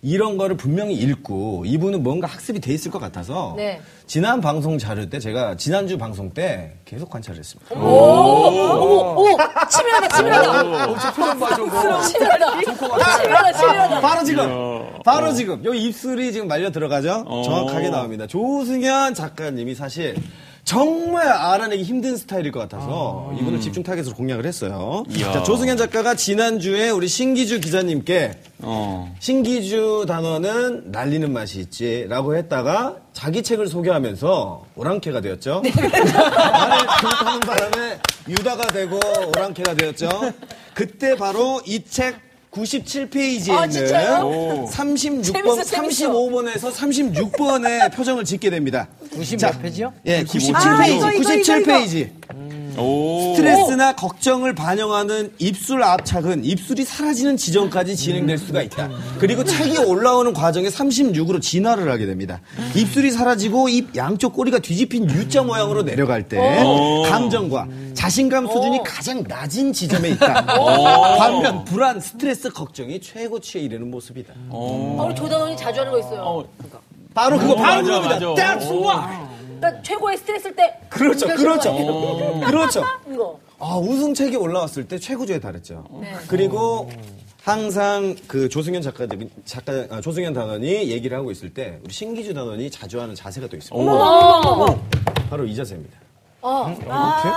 이런 거를 분명히 읽고 이분은 뭔가 학습이 돼 있을 것 같아서 네. 지난 방송 자료 때 제가 지난주 방송 때 계속 관찰했습니다. 어. 오, 치밀하다, 치밀하다. 치밀하다. 아. 치밀하다, 치밀하다. 바로 지금, 바로 지금 여기 입술이 지금 말려 들어가죠. 정확하게 나옵니다. 조승현 작가님이 사실 정말 알아내기 힘든 스타일일 것 같아서 이분을 집중 타겟으로 공략을 했어요. 이야. 자, 조승현 작가가 지난주에 우리 신기주 기자님께 어. 신기주 단어는 날리는 맛이 있지라고 했다가 자기 책을 소개하면서 오랑캐가 되었죠. 말을 잘못하는 바람에 유다가 되고 오랑캐가 되었죠. 그때 바로 이 책 97페이지에 아, 있는 진짜요? 36번, 재밌어, 재밌어. 35번에서 36번의 표정을 짓게 됩니다. 90 자, 몇 페이지요? 예, 아, 97페이지, 이거, 이거, 97페이지. 오. 스트레스나 걱정을 반영하는 입술 압착은 입술이 사라지는 지점까지 진행될 수가 있다. 그리고 착이 올라오는 과정에 36으로 진화를 하게 됩니다. 입술이 사라지고 입 양쪽 꼬리가 뒤집힌 U자 모양으로 내려갈 때 감정과 자신감 수준이 가장 낮은 지점에 있다. [LAUGHS] 반면 불안, 스트레스, 걱정이 최고치에 이르는 모습이다. 아, 우리 조단원이 자주 하는 거 있어요. 바로 그거 어. 오, 맞아, 바로 그겁니다. 맞아. That's why. 나 그러니까 최고의 스트레스일 때. 그렇죠, 이거 그렇죠, 최고야. 그렇죠. 이거. 아, 우승책이 올라왔을 때 최고조에 달했죠. 그리고 항상 그 조승현 작가, 작가, 아, 조승현 단원이 얘기를 하고 있을 때 우리 신기주 단원이 자주 하는 자세가 또 있습니다. 바로 이 자세입니다.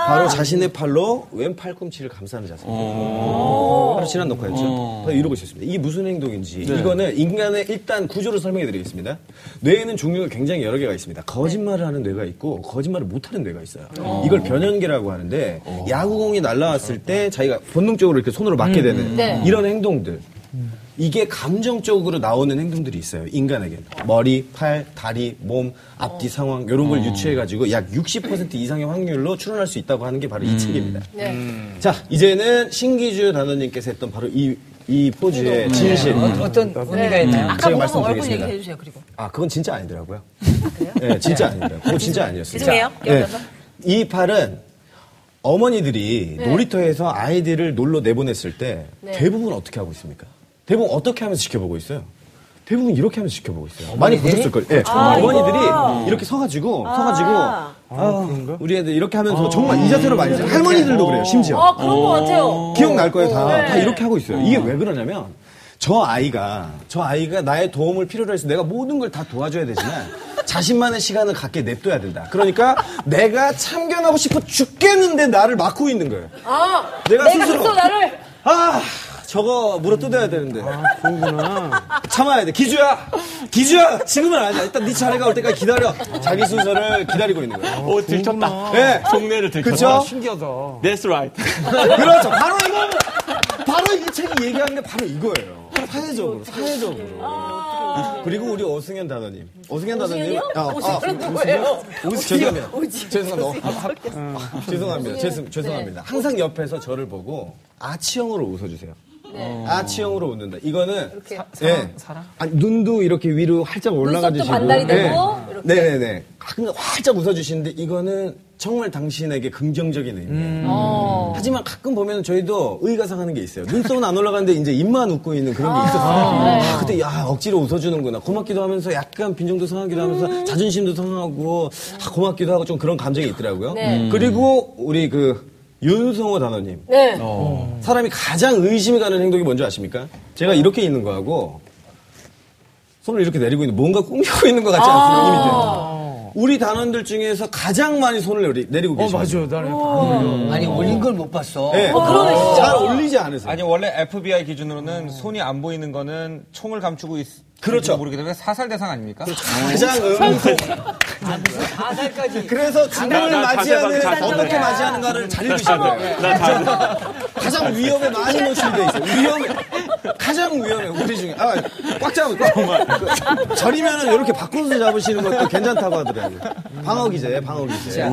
바로 자신의 팔로 왼 팔꿈치를 감싸는 자세. 바로 지난 녹화였죠. 바로 이러고 있었습니다. 이게 무슨 행동인지. 이거는 인간의 일단 구조를 설명해 드리겠습니다. 뇌에는 종류가 굉장히 여러 개가 있습니다. 거짓말을 하는 뇌가 있고, 거짓말을 못하는 뇌가 있어요. 이걸 변연계라고 하는데, 야구공이 날라왔을 때 자기가 본능적으로 이렇게 손으로 맞게 되는 네. 이런 행동들. 이게 감정적으로 나오는 행동들이 있어요. 인간에게는 머리, 팔, 다리, 몸, 앞뒤 상황 이런 걸 유추해 가지고 약 60% 이상의 확률로 추론할 수 있다고 하는 게 바로 이 책입니다. 네. 자, 이제는 신기주 단원님께서 했던 바로 이, 이 포즈의 진실. 어떤 네. 의미가 네. 있나요? 아까 모습 제가 얼굴 말씀드리겠습니다. 얘기해 주세요. 그리고 아, 그건 진짜 아니더라고요. 네, 진짜 아닙니다. 그거 진짜 아니었어요. 죄송해요. 자, 네. 이 팔은 어머니들이 놀이터에서 아이들을 놀러 내보냈을 때 대부분 어떻게 하고 있습니까? 대부분 어떻게 하면서 지켜보고 있어요? 대부분 이렇게 하면서 지켜보고 있어요. 많이 보셨을 걸. 예. 어머니들이 이렇게 서가지고 서가지고 아, 우리 애들 이렇게 하면서 정말 이 자세로 많이 해요. 할머니들도 아, 그래요. 심지어. 아, 그런 거 같아요. 기억날 거예요, 다. 다 이렇게 하고 네. 있어요. 이게 왜 그러냐면, 저 아이가, 저 아이가 나의 도움을 필요로 해서 내가 모든 걸 다 도와줘야 되지만, 자신만의 시간을 갖게 냅둬야 된다. 그러니까 내가 참견하고 싶어 죽겠는데 나를 막고 있는 거예요. 아, 내가 내가 스스로- 스스로 나를. 아, 저거 물어 뜯어야 되는데. 아, 그구나 참아야 돼. 기주야! 기주야! 지금은 아니야. 일단 네 차례가 올 때까지 기다려. 자기 순서를 기다리고 있는 거예요. 오, 어, 들켰다. 예. 속내를 들켰다. 그쵸? 신기하다. That's right. 그렇죠. 바로 이거, 바로 이 책이 얘기하는 게 바로 이거예요. 사회적으로, 사회적으로. 그리고 우리 오승현 단원님. 아. 오승현 단원님. 아, 어, 아, 뭐예요? 죄송합니다. 죄송합니다. 아, 아, 죄송합니다. 죄송, 죄송합니다. 항상 옆에서 저를 보고 아치형으로 웃어주세요. 아치형으로 웃는다. 네. 이거는 이렇게. 사, 랑 눈도 이렇게 위로 활짝 올라가주시고 반달이 되고, 네. 네네네. 가끔 활짝 웃어주시는데 이거는 정말 당신에게 긍정적인 의미예요. 어. 하지만 가끔 보면 저희도 의가상하는 게 있어요. 눈썹은 안 올라가는데 이제 입만 웃고 있는 그런 게 있었어요. 아, 그때 야 억지로 웃어주는구나. 고맙기도 하면서 약간 빈정도 상하기도 하면서 자존심도 상하고 아, 고맙기도 하고 좀 그런 감정이 있더라고요. 네. 음. 그리고 우리 그 윤성호 단원님 네. 어. 사람이 가장 의심이 가는 행동이 뭔지 아십니까? 제가 이렇게 있는 거하고 손을 이렇게 내리고 있는 뭔가 꾸미고 있는 것 같지 않습니까? 이미지. 우리 단원들 중에서 가장 많이 손을 내리- 내리고 계시죠. 어, 맞아요. 나는 아니 올린 걸 못 봤어. 음. 네. 그러네, 진짜. 잘 올리지 않으세요. 아니 원래 FBI 기준으로는 손이 안 보이는 거는 총을 감추고 있. 그렇죠. 모르기 때문에 사살 대상 아닙니까? 가장 음소. 그래서 죽음을 맞이하는 어떻게 맞이하는가를 잘 읽으신 거예요. 가장 위험에 많이 노출돼 있어요. 위험에 가장 위험해 우리 중에 아꽉 잡으꽉 절이면은 이렇게 바꿔서 잡으시는 것도 괜찮다고 하더라고요. 방어 기제 방어 기제.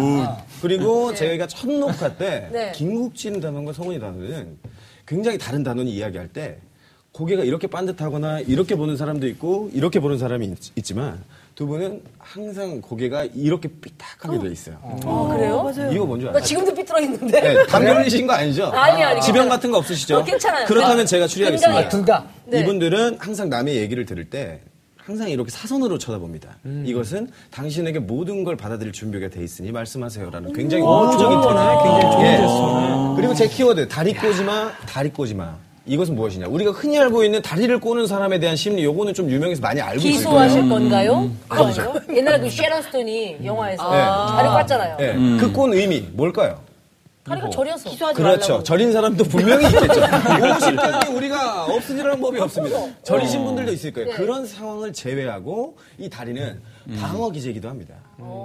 그리고 저희가 첫 녹화 때 네. 김국진 단원과 성훈이 단원은 굉장히 다른 단원이 이야기할 때 고개가 이렇게 반듯하거나 이렇게 보는 사람도 있고 이렇게 보는 사람이 있, 지만두 분은 항상 고개가 이렇게 삐딱하게 돼 있어요. 어, 그래요? 이거 뭔지 나 알아요? 아, 그러니까 지금도 삐뚤어 있는데. 네, 담배리신 거 아니죠? 아니, 아니. 지병 같은 거 없으시죠? 어, 괜찮아요. 그렇다면 네. 제가 추리하겠습니다. 굉장히 둘 그러니까 다. 네. 이분들은 항상 남의 얘기를 들을 때 항상 이렇게 사선으로 쳐다봅니다. 이것은 당신에게 모든 걸 받아들일 준비가 돼 있으니 말씀하세요라는 굉장히 우호적인 톤에 굉장히 음. 좋은 제스처. 그리고 제 키워드 다리 꼬지마, 다리 꼬지마. 이것은 무엇이냐? 우리가 흔히 알고 있는 다리를 꼬는 사람에 대한 심리, 요거는 좀 유명해서 많이 알고 있을 거예요. 음, 기소하실 건가요? 그거예요? 옛날에 그 쉐런 스톤이 영화에서 네. 다리 깠잖아요. 예, 그 꼬는 의미 뭘까요? 다리가 저려서. 기소하지 그렇죠. 말라고. 절인 사람도 분명히 [LAUGHS] 있겠죠. 50단이 우리가 없으리라는 법이 없습니다. 절이신 분들도 있을 네. 거예요. 그런 상황을 제외하고 이 다리는 방어 기제이기도 합니다.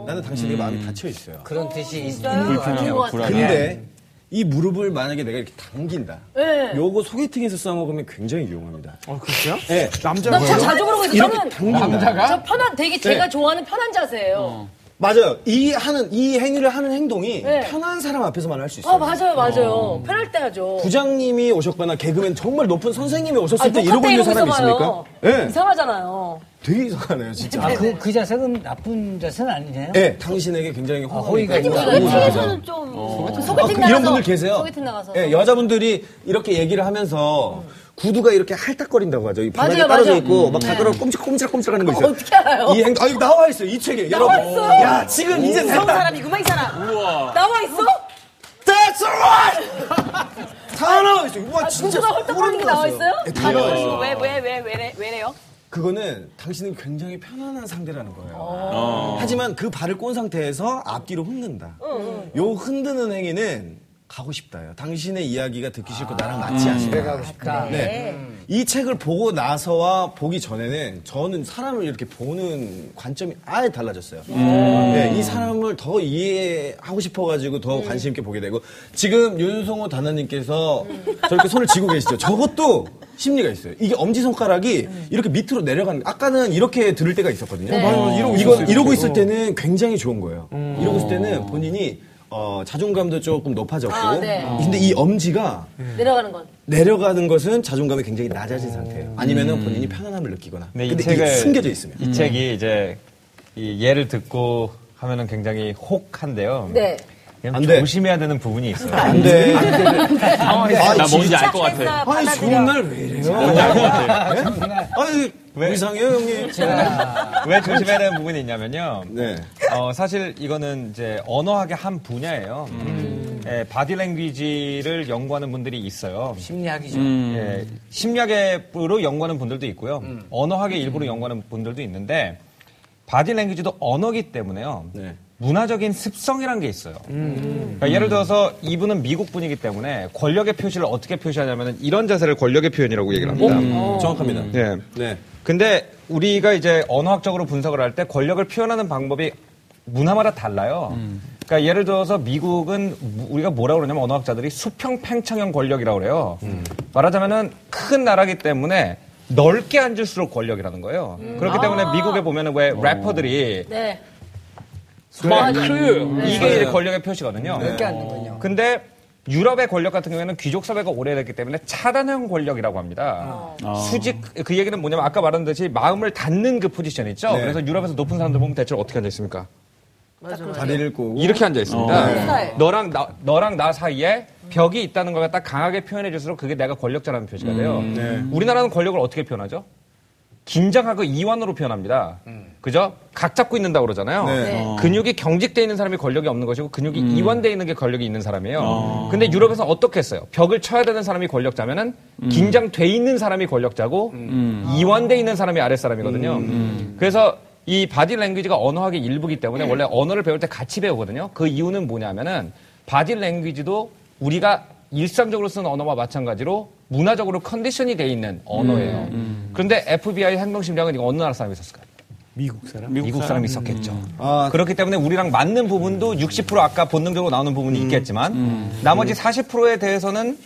나는 당신에게 음. 마음이 닫혀 있어요. 그런 뜻이 있- 음, 있는 것 같아요. 불편하고 불안하고. 근데 이 무릎을 만약에 내가 이렇게 당긴다. 네. 요거 소개팅에서 써먹으면 굉장히 유용합니다. 어, 그렇죠? 예. 남자 나 진짜 자주 그러고 있어요. 저는 당긴다. 저 편한, 되게 제가 네. 어, 좋아하는 편한 자세예요. 맞아요. 이 하는 이 행위를 하는 행동이 네. 편한 사람 앞에서만 할 수 그렇죠. 있어요. 아, 맞아요, 맞아요. 편할 때 하죠. 부장님이 오셨거나 개그맨 정말 높은 선생님이 오셨을 아니, 때 녹화 이러고 때 있는 이러고 사람 있습니까? 있어봐요. 예. 이상하잖아요. 되게 이상하네요, 진짜. 아, 그, 그 자세는 나쁜 자세는 아니네요. 예, 당신에게 굉장히 아, 호의가 호의가 아, 있다. 있다. 이거 티에서는 좀 아, 소개팅 그 나가서. 이런 분들 계세요. 소개팅 나가서. 음. 예, 여자분들이 이렇게 얘기를 하면서 구두가 이렇게 할딱거린다고 하죠. 이 바닥에 맞아요, 떨어져 맞아요. 있고 막 다들어 꼼지락꼼지락 하는 거 있어요. 어떻게 알아요? 이 행동, 아, 이거 나와 있어요. 이 책에. 여러분. 있어요? 야, 지금 이제 무서운 됐다. 사람이구만 이 사람. 나와 있어? That's right! 다 나와 있어요. 와, 진짜. 아, 구두가 헐떡거리는 게 소름 나와 돋았어요. 있어요? 예, 다 다리 나와 꼬리고 있어요. 왜왜 왜 왜래 왜래요? 그거는 당신은 굉장히 편안한 상대라는 거예요. 하지만 그 발을 꼰 상태에서 앞뒤로 흔든다. 요 흔드는 행위는 가고 싶다요. 당신의 이야기가 듣기 싫고 나랑 맞지 않습니다. 아. 싶다. 네. 이 책을 보고 나서와 보기 전에는 저는 사람을 이렇게 보는 관점이 아예 달라졌어요. 음. 네, 이 사람을 더 이해하고 싶어가지고 더 관심 있게 보게 되고 지금 윤성호 단원님께서 저렇게 손을 쥐고 계시죠. 저것도 심리가 있어요. 이게 엄지 손가락이 이렇게 밑으로 내려가는. 아까는 이렇게 들을 때가 있었거든요. 아, 음. 아. 이러고 이건 이러고 있을 때는 굉장히 좋은 거예요. 이러고 있을 때는 본인이 어, 자존감도 조금 높아졌고, 음. 아, 네. 근데 이 엄지가 내려가는 건. 내려가는 것은 자존감이 굉장히 낮아진 상태예요. 아니면은 본인이 편안함을 느끼거나. 네, 이 근데 음. 이게 책을- 숨겨져 있으면. 이 책이 이제 이 예를 듣고 하면은 굉장히 혹한데요. 네. 그냥 안 돼. 조심해야 되는 부분이 있어요. [LAUGHS] 안 돼. 나 아, 뭔지 알 것 같아. 착해서 음. 아니, 좋은 받아들여. 날 왜 이래요? 예? 아니, 왜 이상해요, 형님? 왜 조심해야 되는 부분이 있냐면요. 네. 어, 사실 이거는 이제 언어학의 한 분야예요. 예, 바디랭귀지를 연구하는 분들이 있어요. 심리학이죠. 음. 예, 심리학으로 연구하는 분들도 있고요. 음. 언어학의 일부로 연구하는 분들도 있는데 바디랭귀지도 언어기 때문에요. 네. 문화적인 습성이란 게 있어요. 그러니까 예를 들어서 이분은 미국 분이기 때문에 권력의 표시를 어떻게 표시하냐면 이런 자세를 권력의 표현이라고 얘기를 합니다. 음. 정확합니다. 예. 어. 네. 근데 우리가 이제 언어학적으로 분석을 할 때 권력을 표현하는 방법이 문화마다 달라요. 그러니까 예를 들어서 미국은 무- 우리가 뭐라고 그러냐면 언어학자들이 수평 팽창형 권력이라고 그래요. 말하자면은 큰 나라기 때문에 넓게 앉을수록 권력이라는 거예요. 그렇기 때문에 미국에 보면은 왜 래퍼들이 네. 음. 스마크 네. 이게 이제 권력의 표시거든요. 이렇게 앉는군요. 근데 유럽의 권력 같은 경우에는 귀족 사회가 오래됐기 때문에 차단형 권력이라고 합니다. 어. 수직 그 얘기는 뭐냐면 아까 말한 듯이 마음을 닫는 그 포지션 있죠. 네. 그래서 유럽에서 높은 사람들 보면 대체로 어떻게 앉아 있습니까? 다리를 꼬고. 이렇게 앉아 있습니다. 어. 네. 너랑 나 너랑 나 사이에 벽이 있다는 걸 갖다 강하게 표현해 줄수록 그게 내가 권력자라는 표시가 돼요. 음. 네. 음. 우리나라는 권력을 어떻게 표현하죠? 긴장하고 이완으로 표현합니다. 음. 그죠? 각 잡고 있는다 고 그러잖아요. 네. 근육이 경직돼 있는 사람이 권력이 없는 것이고 근육이 이완돼 있는 게 권력이 있는 사람이에요. 근데 유럽에서 어떻게 했어요? 벽을 쳐야 되는 사람이 권력자면은 음. 긴장돼 있는 사람이 권력자고 이완돼 있는 사람이 아랫사람이거든요. 그래서 이 바디 랭귀지가 언어학의 일부기 때문에 원래 언어를 배울 때 같이 배우거든요. 그 이유는 뭐냐면은 바디 랭귀지도 우리가 일상적으로 쓰는 언어와 마찬가지로 문화적으로 컨디션이 돼 있는 언어예요. 그런데 FBI 행동심리학은 이거 어느 나라 사람이 있었을까요? 미국 사람? 미국 사람이 음. 있었겠죠. 아, 그렇기 때문에 우리랑 맞는 부분도 60% 아까 본능적으로 나오는 음. 부분이 있겠지만 나머지 40%에 대해서는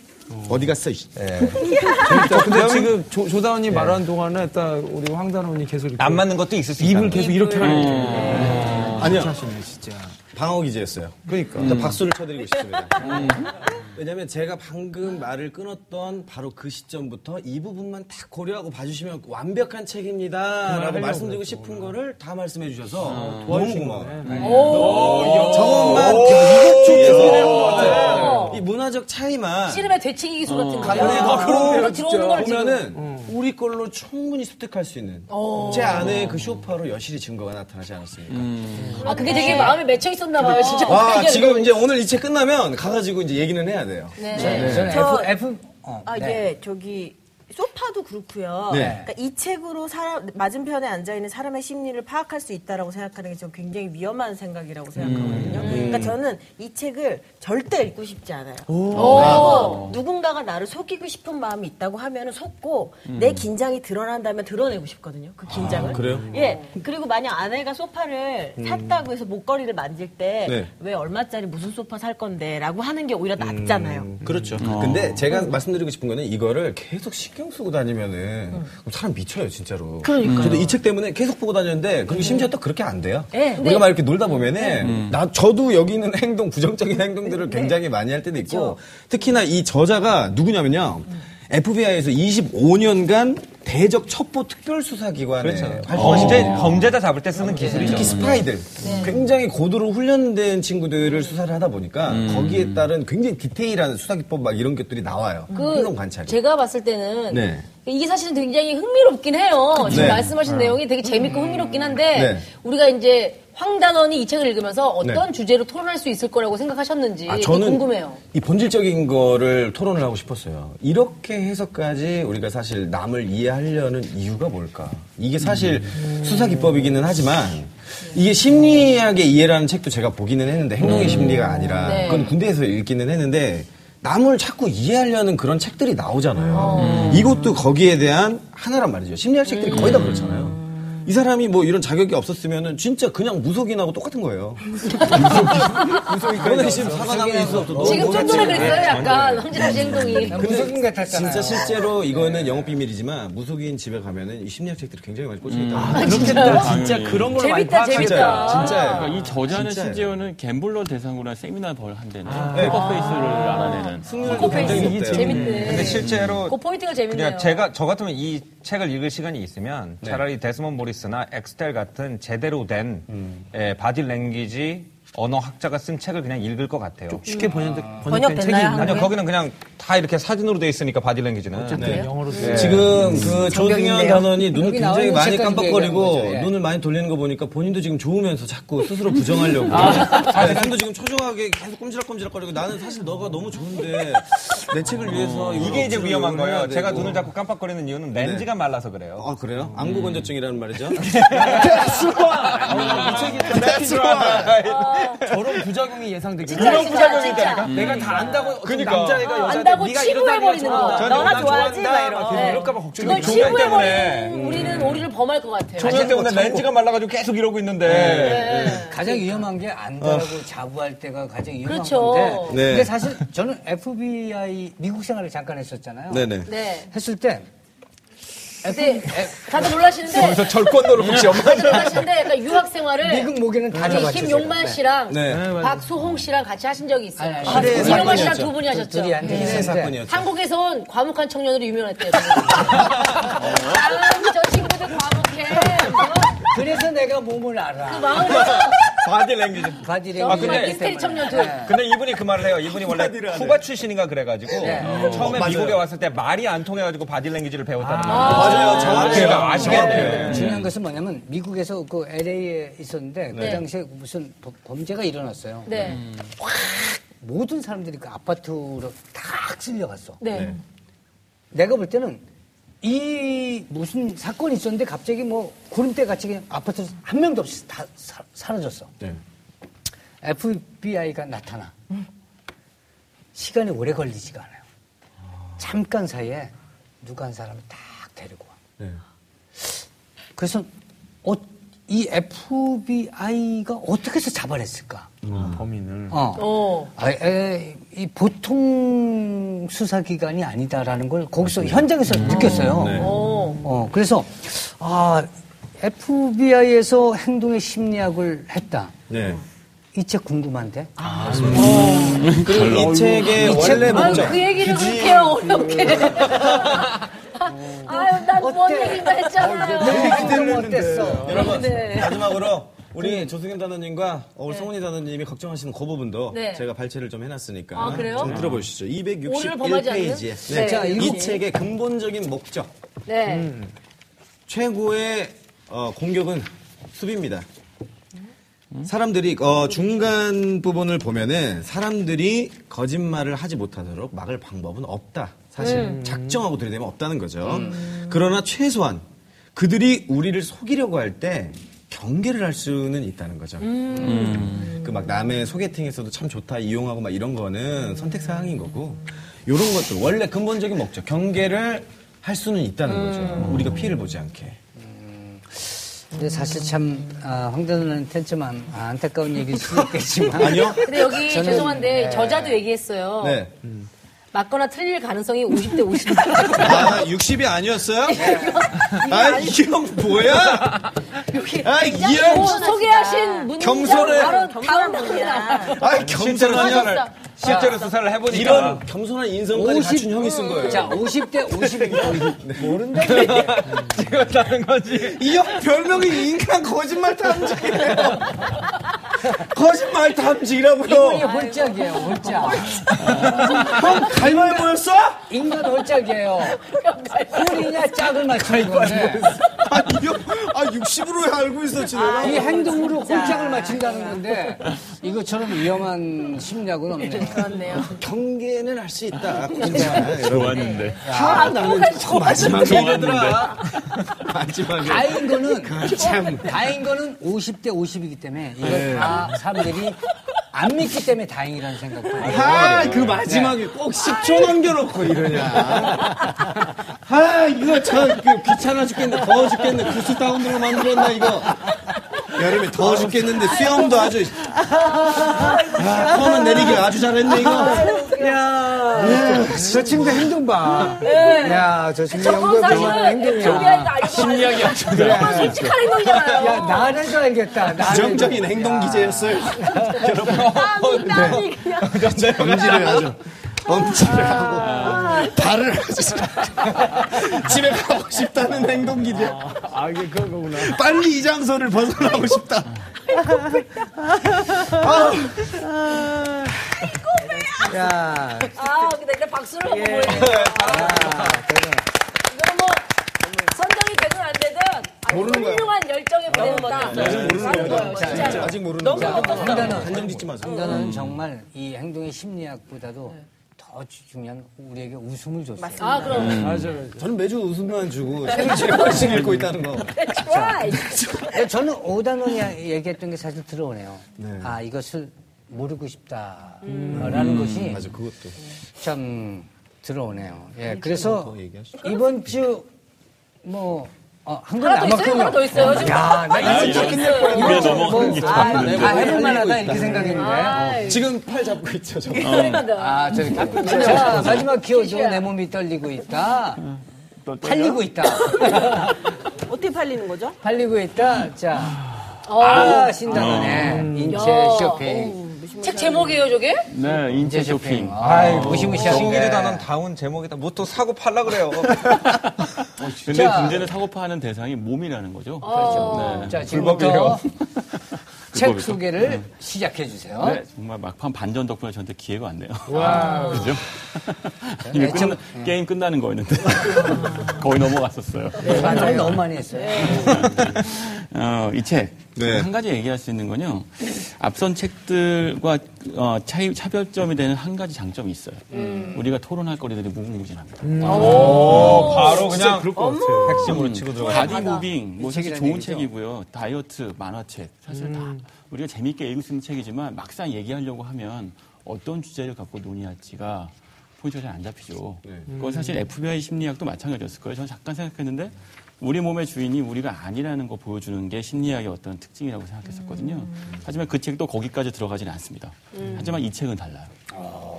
어디 갔어? 이씨. 네. 근데 지금 조, 조다원님 말하는 동안에 딱 아, 우리 황다원이 계속 이렇게 안 맞는 것도 있을 수 있다. 입을 계속 이렇게 어. 하는 거예요. 아니요. 하시네 진짜. 방어 기제였어요. 그러니까. 음. 박수를 쳐드리고 [LAUGHS] 싶습니다. 왜냐면 하 제가 방금 말을 끊었던 바로 그 시점부터 이 부분만 딱 고려하고 봐주시면 완벽한 책입니다라고 아, 말씀드리고 싶은 거를 다 말씀해 주셔서 너무 고마워요. 네. 저것만 계속 어. 준비해서 이 문화적 차이만 씨름의 되칭이 기술 같은 거. 네, 더 뭔가 그런 들어오는 걸 지금. 보면은 우리 걸로 충분히 습득할 수 있는 제 안에 그 쇼파로 여실히 증거가 나타나지 않았습니까? 아, 그게 되게 마음에 맺혀 있었나 봐요, 진짜. 네. [LAUGHS] 아, 이게 지금 음. 이제 오늘 이 책 끝나면 가가지고 이제 얘기는 해야 돼요. 네. 네. 네. 네. 저는 저- F, F, 어, 아, 네. 예, 저기 소파도 그렇고요. 네. 그러니까 이 책으로 사람 맞은편에 앉아 있는 사람의 심리를 파악할 수 있다라고 생각하는 게 저 굉장히 위험한 생각이라고 생각하거든요. 음. 그러니까 네. 저는 이 책을 절대 읽고 싶지 않아요. 그리고 네. 누군가가 나를 속이고 싶은 마음이 있다고 하면은 속고 내 긴장이 드러난다면 드러내고 싶거든요. 그 긴장을. 음. 아, 그래요? 음. 예. 그리고 만약 아내가 소파를 샀다고 해서 목걸이를 만질 때 왜 네. 얼마짜리 무슨 소파 살 건데라고 하는 게 오히려 낫잖아요. 그렇죠. 근데 제가 말씀드리고 싶은 거는 이거를 계속 신경 쓰고 다니면은 그럼 사람 미쳐요, 진짜로. 그러니까요. 저도 이 책 때문에 계속 보고 다녔는데 그리고 심지어 또 그렇게 안 돼요. 네. 음. 우리가 막 이렇게 놀다 보면은 나 저도 여기 있는 행동 부정적인 행동들을 네. 굉장히 많이 할 때도 있고 그렇죠. 특히나 이 저자가 누구냐면요. 음. FBI에서 25년간 대적 첩보 특별 수사 기관에 그렇죠. 어. 범죄, 어. 범죄자 잡을 때 쓰는 기술이죠. 특히 스파이들 네. 굉장히 고도로 훈련된 친구들을 수사를 하다 보니까 음. 거기에 따른 굉장히 디테일한 수사 기법 막 이런 것들이 나와요. 그 행동 관찰이. 그 제가 봤을 때는 네. 이게 사실은 굉장히 흥미롭긴 해요. 지금 네. 말씀하신 내용이 되게 재밌고 흥미롭긴 한데 네. 우리가 이제 황단원이 이 책을 읽으면서 어떤 주제로 토론할 수 있을 거라고 생각하셨는지 아, 그게 저는 궁금해요. 이 본질적인 거를 토론을 하고 싶었어요. 이렇게 해서까지 우리가 사실 남을 이해하려는 이유가 뭘까? 이게 사실 수사 기법이기는 하지만 이게 심리학의 이해라는 책도 제가 보기는 했는데 행동의 심리가 아니라 음. 네. 그건 군대에서 읽기는 했는데 남을 자꾸 이해하려는 그런 책들이 나오잖아요. 음. 이것도 거기에 대한 하나란 말이죠. 심리학 음. 책들이 거의 다 그렇잖아요. 이 사람이 뭐 이런 자격이 없었으면은 진짜 그냥 무속인하고 [LAUGHS] 똑같은 거예요. 무속인. 그러네 지금 사과당에 있어. 지금 좀 전에 그랬어요, 약간 황진아 씨 행동이. 무속인 같았잖아요. 네. 네. 진짜 실제로 이거는 영업 비밀이지만 무속인 집에 가면은 이 심리학 책들이 굉장히 많이 음. 꽂혀 있다. 진짜 그런 걸 많이 재밌다, 재밌다. 진짜예요. 그러니까 이 저자는 진짜예요. 아. 심지어는 갬블러 대상으로 한 세미나 벌 한대는 포커페이스를 알아내는 코페이스 높대요. 근데 재밌네. 실제로 그 포인트가 재밌네요. 그냥 제가 저 같으면 이 책을 읽을 시간이 있으면 네. 차라리 데스몬 모리스나 엑스텔 같은 제대로 된 음. 예, 바디 랭귀지 언어 학자가 쓴 책을 그냥 읽을 것 같아요. 쉽게 번역, 번역된 번역됐나요, 책이 한국에? 아니요 거기는 그냥 다 이렇게 사진으로 돼 있으니까 바디 네, 랭귀지는 있는데 영어로 돼. 지금 그 조승현 단원이 눈을 여기 나와 굉장히 있는 많이 책까지 깜빡거리고 얘기하는 거죠, 예. 눈을 많이 돌리는 거 보니까 본인도 지금 좋으면서 자꾸 스스로 부정하려고. 아, 도 지금 초조하게 계속 꼼지락꼼지락거리고 나는 사실 너가 너무 좋은데 내 책을 위해서 이게 이제 억지로 위험한 이걸 해야 거예요. 제가 되고. 눈을 자꾸 깜빡거리는 이유는 렌즈가 말라서 그래요. 아 그래요? 안구 건조증이라는 말이죠. 저런 부작용이 예상되겠네. 아, 진짜, 진짜, 진짜. 내가 다 안다고 어떤 그러니까. 남자애가 여자한테 안다고 네가 치부해버리는 이러다니까 거. 저한테 아, 너나 난 좋아하지? 좋아한다, 막 이런. 막 네. 이럴까봐 걱정이 그걸 네. 종양 치부해버리는 때문에. 우리는 오리를 범할 것 같아요. 조명 때문에 렌즈가 말라가지고 계속 이러고 있는데 가장 위험한 게 안다라고 자부할 때가 가장 위험한 그렇죠. 건데. 아. 네. 근데 사실 저는 FBI 미국 생활을 잠깐 했었잖아요. 네네. 네. 했을 때 근데 다들 놀라시는데 절권도를 혹시 엄마 다들 놀라시는데 약간 유학 생활을 미국 모기는 다 우리 잡았죠. 김용만 씨랑 네. 네, 박소홍 씨랑 같이 하신 적이 있어요. 네. 아니, 아니. 김용만 씨랑 사건이었죠. 두 분이 하셨죠. 둘이 안 되긴 네, 했는데 사건이었죠. 한국에선 과묵한 청년으로 유명했대요. 아유, 저 친구들 과묵해. 뭐, 그래서 내가 몸을 그 알아. 마음이 바디 랭귀지. 바디랭귀지 정말 근데- 미스테리 아, 청년들. 근데 이분이 그 말을 해요. 이분이 원래 쿠바 출신인가 그래가지고 네. 어, 처음에 미국에 왔을 때 말이 안 통해가지고 바디 랭귀지를 배웠다는 거예요. 맞아요. 그러니까 아시겠네. 중요한 것은 뭐냐면 미국에서 그 LA에 있었는데 그 당시에 무슨 범- 범죄가 일어났어요. 네. 모든 네. 사람들이 그 아파트로 다 쓸려갔어. 네. 내가 볼 때는 이 무슨 사건이 있었는데 갑자기 뭐 구름대 같이 그냥 아파트에서 한 명도 없이 다 사, 사라졌어. 네. FBI가 나타나. 시간이 오래 걸리지가 않아요. 잠깐 사이에 누가 한 사람을 딱 데리고 와. 네. 그래서 어, 이 FBI가 어떻게 해서 잡아냈을까? 범인을. 어. 아, 에, 이 보통 수사기관이 아니다라는 걸 거기서 현장에서 느꼈어요. 어, 그래서, 아, FBI에서 행동의 심리학을 했다. 네. 이 책 궁금한데? 그리고 이 책의 원래 목적. 그 얘기를 그렇게 해요, 어렵게. [LAUGHS] 아유, 난뭔 음. 어때? 얘기만 했잖아요. 네. 행동 어땠어? 여러분 마지막으로 우리 조승현 단원님과 오늘 성훈이 단원님이 걱정하시는 그 거부분도 네. 제가 발췌를 좀 해놨으니까 아, 그래요? 좀 들어보시죠. 오늘 범하지 않는? 261페이지에 네. 자, 이거- 이 책의 근본적인 목적 네. 음. 최고의 어, 공격은 수비입니다. 사람들이 어, 중간 부분을 보면은 사람들이 거짓말을 하지 못하도록 막을 방법은 없다. 사실 작정하고 들이대면 없다는 거죠. 그러나 최소한 그들이 우리를 속이려고 할 때 경계를 할 수는 있다는 거죠. 그 막 남의 소개팅에서도 참 좋다 이용하고 막 이런 거는 선택 사항인 거고 요런 것들 원래 근본적인 목적 경계를 할 수는 있다는 거죠. 우리가 피해를 보지 않게. 근데 사실 참, 아, 황대선한테는 좀 안, 아, 안타까운 얘기일 수도 [LAUGHS] 있겠지만. 아니요? 근데 여기 저는- 죄송한데 네. 저자도 얘기했어요. 네. 맞거나 틀릴 가능성이 50대 50. 아, 60이 아니었어요? 아, 이 형 뭐야? 아, 이 [LAUGHS] 형. 어, 소개하신 분이 겸손해. 바로 다음 분이야. 아, 겸손하냐? 그러니까 실제로 수사를 해보니까 이런 겸손한 인성까지 50 갖춘 형이 쓴 거예요. 자, 50대 50이 모른다. 찍었다는 거지. 이 형 별명이 인간 거짓말 탐지예요. 거짓말 탐지라고요. 홀짝이에요, 홀짝. 형 갈발보였어? 아, 인간 홀짝이에요. 홀이냐 짝을 맞추는 건데. 아, 이 형, 아, 60으로 알고 있었지, 내가. 이 행동으로 홀짝을 맞춘다는 건데 이것처럼 위험한 심리학은 없네요. 그렇네요. 경계는 할 수 있다. 거짓말. 좋았는데. 하 나는 마지막에 좋았는데. 마지막에 다인 거는 다인 거는 50대 50이기 때문에 이걸 네. 다 사람들이 안 믿기 때문에 다행이라는 생각도 들어요. 아그 네. 마지막에 꼭 10초 남겨놓고 이러냐 아 이거 참그 귀찮아 죽겠네 더워 죽겠네 구스 다운으로 만들었나 이거 여름에 더워 죽겠는데 수영도 아주 아, 펌은 내리길 아주 잘했네 이거 네. 저 친구 행동 봐. 야, 저 친구 저건 연구해 보면 사실은 준비하는 거 아니고 심리학이 아주 나빠졌어. 솔직한 행동이잖아요. 야 나래도 알겠다. 나래도. 부정적인 행동 기재였어요 땀이 땀이 그냥 엄지를 아주 엄지를 하고 발을 아주 집에 가고 싶다는 행동 기재 아, 이게 그런 거구나. 빨리 이 장소를 벗어나고 싶다. 야, 아 근데 일단 박수를 예. 한번 보내주세요. 아, 이거는 뭐 선정이 되든 안 되든 아주 모르는 거야. 훌륭한 열정에 보냈다. 모르는 거야. 진짜. 아직 모르는 거야 판단은 한정 짓지 마세요 판단은 정말 이 행동의 심리학보다도 더 중요한 우리에게 웃음을 줬어요. 아 그럼 저는 매주 웃음만 주고 책을 [LAUGHS] 제일 훨씬 읽고 있다는 거 네, 좋아. 예, 저는 오단원이 얘기했던 게 사실 들어오네요. 아, 이것을 모르고 싶다라는 것이 맞아 그것도 참 들어오네요. 예, 그래서 더 얘기하시죠. 이번 주 뭐, 어, 한건 하나 더 있어요? 하나 더 있어요? 지금 야, 나 아, 이번 주 끝낼 거야. 우리가 넘어가는 게 아, 해볼만 하다 이렇게 생각했는데. 어. 지금 팔 잡고 있죠 저 아, 저렇게. 자, 그, 마지막 기호죠. 내 몸이 떨리고 있다. 팔리고 있다. [LAUGHS] 어떻게 팔리는 거죠? 어. 팔리고 있다. 자. 아, 신단하네. 인체 쇼핑. 책 제목이에요 저게? 네, 인체 쇼핑. 아이, 무시무시하게. 신기루 단원 다운 제목에다 뭐 또 사고 팔라 그래요. 근데 자. 문제는 사고파하는 대상이 몸이라는 거죠. 어. 네. 자, 지금부터 [LAUGHS] 책 소개를 시작해 주세요. 네, 정말 막판 반전 덕분에 저한테 기회가 왔네요. [LAUGHS] 그죠? 이게 애청- 끝나- 게임 끝나는 거였는데 [LAUGHS] 거의 넘어갔었어요. 아, 네. 반성 너무 많이 했어요. 어, 이 책 네. 한 가지 얘기할 수 있는 건요. 앞선 책들과 어, 차이, 차별점이 되는 한 가지 장점이 있어요. 우리가 토론할 거리들이 무궁무진합니다. 오, 어, 바로 진짜 그냥 그럴 핵심으로 치고 들어가요. 음. 바디 무빙, 뭐 사실 책이라는 좋은 얘기죠. 음. 책이고요. 다이어트, 만화책 사실 다 우리가 재밌게 읽을 수 있는 책이지만 막상 얘기하려고 하면 어떤 주제를 갖고 논의할지가 포인트가 잘 안 잡히죠. 그건 사실 음. FBI 심리학도 마찬가지였을 거예요. 저는 잠깐 생각했는데 우리 몸의 주인이 우리가 아니라는 거 보여주는 게 심리학의 어떤 특징이라고 생각했었거든요. 음. 하지만 그 책도 거기까지 들어가지는 않습니다. 하지만 이 책은 달라요.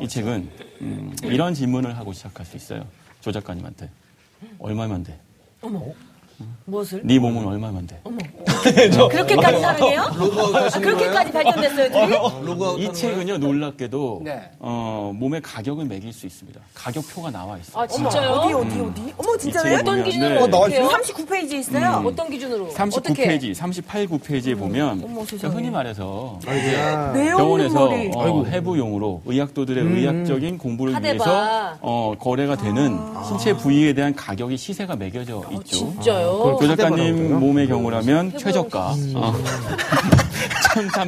이 책은 음, 이런 질문을 하고 시작할 수 있어요. 조 작가님한테 얼마면 돼? 무엇을? 네 몸은 얼마면 돼? 그렇게까지 사랑해요? 아, 그렇게까지 발전됐어요, 둘이? 아, 이 책은요 놀랍게도 네. 어, 몸의 가격을 매길 수 있습니다. 가격표가 나와 있어요. 아 진짜요? 음. 어디, 어디, 어디? 어머, 진짜요? 어떤 기준으로 네. 어떻게 해요? 39페이지 있어요? 음. 어떤 기준으로? 어떻게? 39페이지, 38페이지에 보면 그러니까 흔히 말해서 뇌 없는 병원에서 머리. 어, 해부용으로 의학도들의 의학적인 공부를 하대봐. 위해서 어, 거래가 되는 신체 부위에 대한 가격이 시세가 매겨져 있죠. 진짜요? 조 작가님 몸의 경우라면 최저가 [LAUGHS] 어,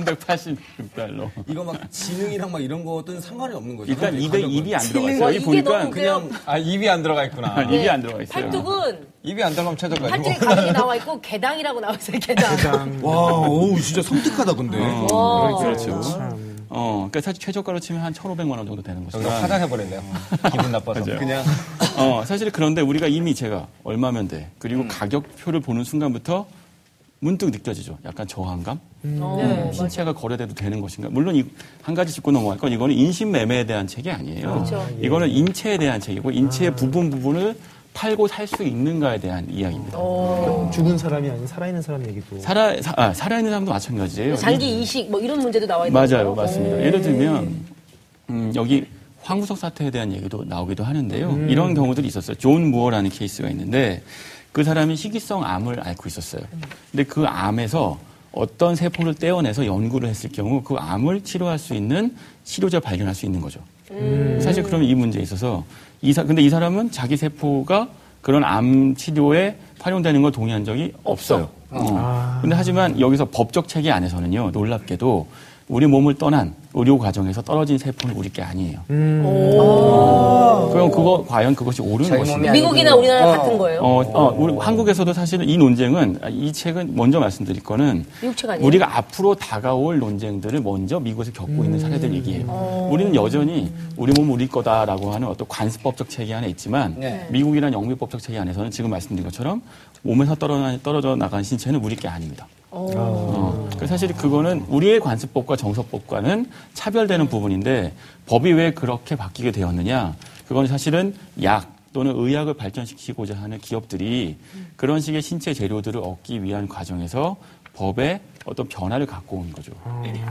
1,386달러. 이거 막 지능이랑 막 이런 거든 상관이 없는 거죠. 일단 입에 입이 안 들어가 와, 있어요. 여기 이게 보니까 너무 그냥 아, 입이 안 들어가 있구나. 아, 입이 안 들어가 있어요. 네. 팔뚝은 입이 안 들어가면 쳐져가지고. 팔뚝에 가격이 나와 있고 [LAUGHS] 개당이라고 나와 있어요. 개당. 와, 오, 진짜 섬뜩하다, 근데. 뭐. 어, 아, 그렇죠. 어, 그러니까 사실 최저가로 치면 한 1,500만 원 정도 되는 거죠. 여기서 화장해버렸네요. 기분 나빠서. 그냥. 어, 사실 그런데 우리가 이미 제가 얼마면 돼. 그리고 음. 가격표를 보는 순간부터 문득 느껴지죠. 약간 저항감? 네. 신체가 거래돼도 되는 것인가? 물론 이, 한 가지 짚고 넘어갈 건 이거는 인신매매에 대한 책이 아니에요. 그렇죠. 이거는 인체에 대한 책이고 인체의 부분 부분을 팔고 살 수 있는가에 대한 이야기입니다. 어. 죽은 사람이 아닌 살아있는 사람 얘기도. 살아, 사, 아, 살아있는 사람도 마찬가지예요. 장기 이식 뭐 이런 문제도 나와 있는 거죠? 맞아요, 맞습니다. 예를 들면 음, 여기 황구석 사태에 대한 얘기도 나오기도 하는데요. 음. 이런 경우들이 있었어요. 존 무어라는 케이스가 있는데 그 사람이 희귀성 암을 앓고 있었어요. 음. 근데 그 암에서 어떤 세포를 떼어내서 연구를 했을 경우 그 암을 치료할 수 있는 치료제 발견할 수 있는 거죠. 음. 사실 그러면 이 문제에 있어서 이 사, 근데 이 사람은 자기 세포가 그런 암 치료에 활용되는 걸 동의한 적이 없어요. 어. 아. 근데 하지만 여기서 법적 체계 안에서는요 놀랍게도 우리 몸을 떠난 의료 과정에서 떨어진 세포는 우리 게 아니에요. 그럼 그거 과연 그것이 옳은 음. 자기 것인가? 몸이 미국이나 아니고. 우리나라 어. 같은 거예요? 어, 어, 우리 한국에서도 사실은 이 논쟁은 아, 이 책은 먼저 말씀드릴 거는 미국책 아니에요? 우리가 앞으로 다가올 논쟁들을 먼저 미국에서 겪고 있는 사례들 얘기해요. 우리는 여전히 우리 몸 우리 거다라고 하는 어떤 관습법적 체계 안에 있지만 네. 미국이란 영미법적 체계 안에서는 지금 말씀드린 것처럼 몸에서 떨어나, 떨어져 나간 신체는 우리 게 아닙니다. 어, 그 사실 그거는 우리의 관습법과 정서법과는 차별되는 부분인데 법이 왜 그렇게 바뀌게 되었느냐? 그건 사실은 약 또는 의학을 발전시키고자 하는 기업들이 그런 식의 신체 재료들을 얻기 위한 과정에서 법에 어떤 변화를 갖고 온 거죠.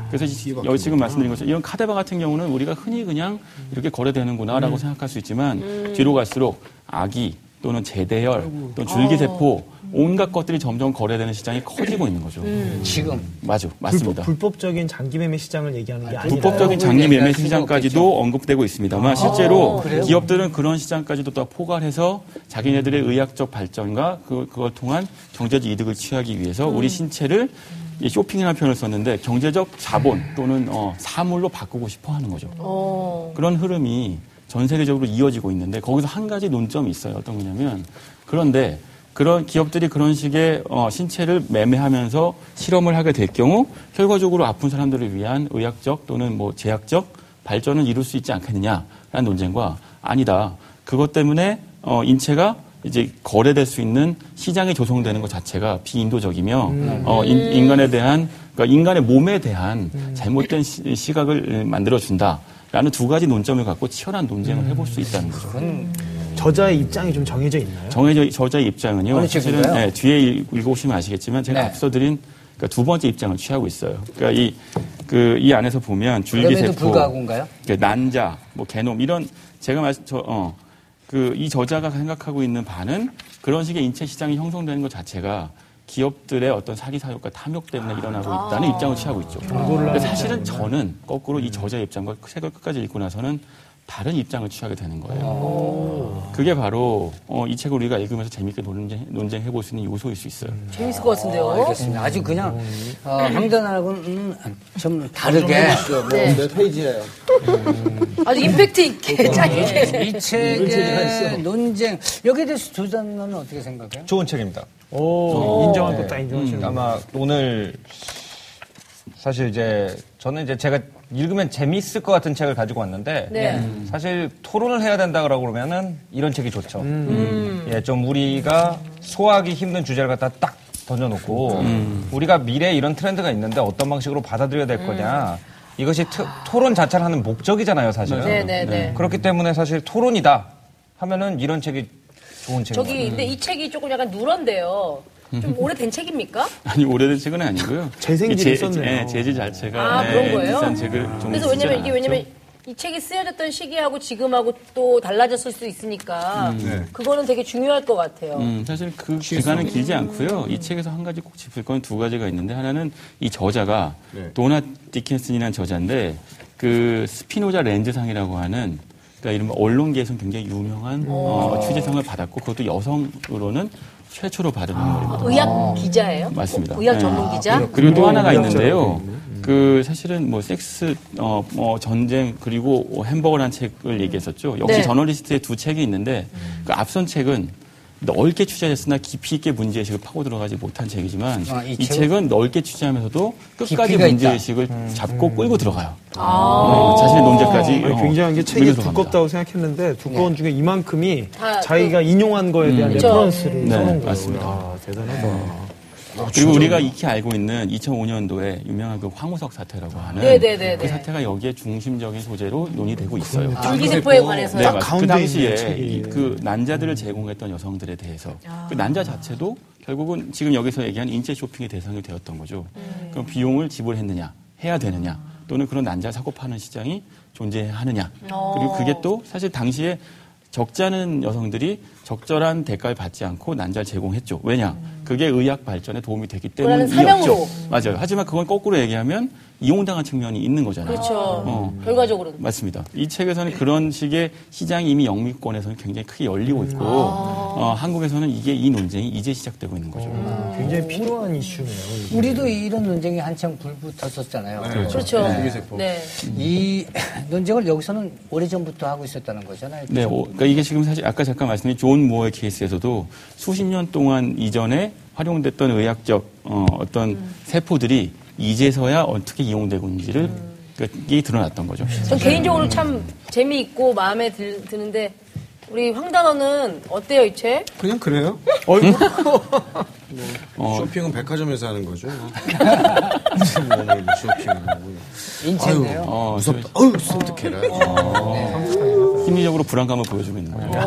그래서 지- 여기 지금 말씀드린 것처럼 이런 카데바 같은 경우는 우리가 흔히 그냥 이렇게 거래되는구나라고 생각할 수 있지만 뒤로 갈수록 아기 또는 제대혈 또는 줄기세포 온갖 것들이 점점 거래되는 시장이 커지고 있는 거죠. 지금 맞아, 맞습니다. 불법, 불법적인 장기 매매 시장을 얘기하는 게 아니라 불법적인 장기 매매 시장까지도 언급되고 있습니다만 아, 어, 실제로 기업들은 그런 시장까지도 다 포괄해서 자기네들의 음. 의학적 발전과 그, 그걸 통한 경제적 이득을 취하기 위해서 음. 우리 신체를 이 쇼핑이라는 표현을 썼는데 경제적 자본 음. 또는 어, 사물로 바꾸고 싶어 하는 거죠. 그런 흐름이 전 세계적으로 이어지고 있는데 거기서 한 가지 논점이 있어요. 어떤 거냐면 그런데 그런 기업들이 그런 식의 어, 신체를 매매하면서 실험을 하게 될 경우 결과적으로 아픈 사람들을 위한 의학적 또는 뭐 제약적 발전을 이룰 수 있지 않겠느냐라는 논쟁과 아니다. 그것 때문에 어, 인체가 이제 거래될 수 있는 시장이 조성되는 것 자체가 비인도적이며 어, 인, 간에 대한 그러니까 인간의 몸에 대한 잘못된 시- 시각을 만들어 준다라는 두 가지 논점을 갖고 치열한 논쟁을 해볼 수 있다는 거죠. 저자의 입장이 좀 정해져 있나요? 정해져 저자의 입장은요. 어느 사실은 책인가요? 네, 뒤에 읽- 읽어보시면 아시겠지만 제가 네. 앞서 드린 그러니까 두 번째 입장을 취하고 있어요. 그러니까 이 그, 이 안에서 보면 그럼에도 줄기세포, 불구하고인가요? 그 난자, 뭐 개놈 이런 제가 말 저, 어, 그 이 저자가 생각하고 있는 반은 그런 식의 인체 시장이 형성되는 것 자체가 기업들의 어떤 사기 사욕과 탐욕 때문에 일어나고 있다는 아. 음. 입장을 취하고 있죠. 근데 사실은 저는 거꾸로 이 저자의 입장과 책을 끝까지 그 읽고 나서는 다른 입장을 취하게 되는 거예요. 그게 바로 어, 이 책을 우리가 읽으면서 재밌게 논쟁, 논쟁해 볼 수 있는 요소일 수 있어요. 음. 재밌을 것 같은데요. 아, 알겠습니다. 아주 그냥 어, 황단하고는 음, 좀 다르게 네. 몇 페이지예요? 아주 임팩트 어. [LAUGHS] 있게 네. 짧게. 이 책의 논쟁 여기에 대해서 조장은 어떻게 생각해요? 좋은 책입니다. 어. 오, 인정할 것도 인정하시는 거. 음. 아마 오늘 사실 이제 저는 이제 제가 읽으면 재미있을 것 같은 책을 가지고 왔는데 네. 음. 사실 토론을 해야 된다고 그러면은 이런 책이 좋죠. 음. 예, 좀 우리가 소화하기 힘든 주제를 갖다 딱 던져놓고 음. 우리가 미래에 이런 트렌드가 있는데 어떤 방식으로 받아들여야 음. 될 거냐. 이것이 트- 토론 자체를 하는 목적이잖아요, 사실은. 네, 네, 네. 그렇기 때문에 사실 토론이다 하면은 이런 책이 좋은 책인 것 같아요. 저기 근데 이 책이 조금 약간 누런데요. 좀 [LAUGHS] 오래된 책입니까? [LAUGHS] 아니 오래된 책은 아니고요. 재생질이 이 제- 있었네요. 예, 재질 자체가 아, 그런 거예요? 비싼 책을 좀 그래서 쓰지 왜냐면 이게 않았죠. 왜냐면 이 책이 쓰여졌던 시기하고 지금하고 또 달라졌을 수 있으니까 그거는 되게 중요할 것 같아요. 네. 음, 사실 그 기간은 길지 않고요. 이 책에서 한 가지 꼭 짚을 건 두 가지가 있는데 하나는 이 저자가 네. 도나 디킨슨이라는 저자인데 그 스피노자 렌즈상이라고 하는 그러니까 이른바 언론계에서 굉장히 유명한 어, 취재상을 받았고 그것도 여성으로는 최초로 받은 인물입니다. 의학 기자예요? 어. 맞습니다. 의학 네. 전문 기자? 그리고 또뭐 하나가 있는데요. 그 사실은 뭐 섹스 어, 뭐 전쟁 그리고 어, 햄버거라는 책을 얘기했었죠. 역시 네. 저널리스트의 두 책이 있는데 그 앞선 책은 넓게 취재했으나 깊이 있게 문제의식을 파고 들어가지 못한 책이지만 아, 이 이 책은? 책은 넓게 취재하면서도 끝까지 깊이가 있다. 문제의식을 잡고 끌고 들어가요. 아. 네, 자신의 논제까지 아니, 어, 굉장한 게 책이 밀고 들어갑니다. 두껍다고 네. 생각했는데 두꺼운 중에 이만큼이 다 자기가 그 인용한 거에 음. 대한 그쵸. 레퍼런스를 네, 써놓은 거예요. 맞습니다. 야, 대단하다. 그리고 우리가 익히 알고 있는 2005년도에 유명한 그 황우석 사태라고 하는 네네네네. 그 사태가 여기에 중심적인 소재로 아, 논의되고 있어요. 줄기세포에 관해서 네, 요 맞- 그 가운데 있는 당시에 책이. 이- 그 난자들을 제공했던 여성들에 대해서 아. 그 난자 자체도 결국은 지금 여기서 얘기한 인체 쇼핑의 대상이 되었던 거죠. 네. 그럼 비용을 지불했느냐, 해야 되느냐, 또는 그런 난자 사고 파는 시장이 존재하느냐. 어. 그리고 그게 또 사실 당시에 적자는 여성들이 적절한 대가를 받지 않고 난자를 제공했죠. 왜냐? 그게 의학 발전에 도움이 되기 음. 그거는 때문이었죠. 사명으로. 맞아요. 하지만 그건 거꾸로 얘기하면 이용당한 측면이 있는 거잖아요. 그렇죠. 어. 결과적으로는. 맞습니다. 이 책에서는 그런 식의 시장이 이미 영미권에서는 굉장히 크게 열리고 있고 어, 한국에서는 이게 이 논쟁이 이제 시작되고 있는 음. 거죠. 아. 굉장히 필요한 이슈네요. 우리도 이런 논쟁이 한창 불붙었었잖아요. 그렇죠. 줄기세포. 네. 이 [LAUGHS] 논쟁을 여기서는 오래전부터 하고 있었다는 거잖아요. 네, 어, 그러니까 이게 지금 사실 아까 잠깐 말씀드린 존 모어의 케이스에서도 수십 년 동안 이전에 활용됐던 의학적 어, 어떤 세포들이 이제서야 어떻게 이용되고 있는지를 그게 드러났던 거죠. 전 개인적으로 참 재미있고 마음에 들, 드는데 우리 황단어는 어때요 이 책? 그냥 그래요? 어, 뭐. 쇼핑은 백화점에서 하는 거죠. 뭐. 무슨 오늘 뭐 쇼핑을 하고. 인체인데요. 어, 무섭다. 어우, 섬뜩해라. 심리적으로 불안감을 보여주고 있는 거죠.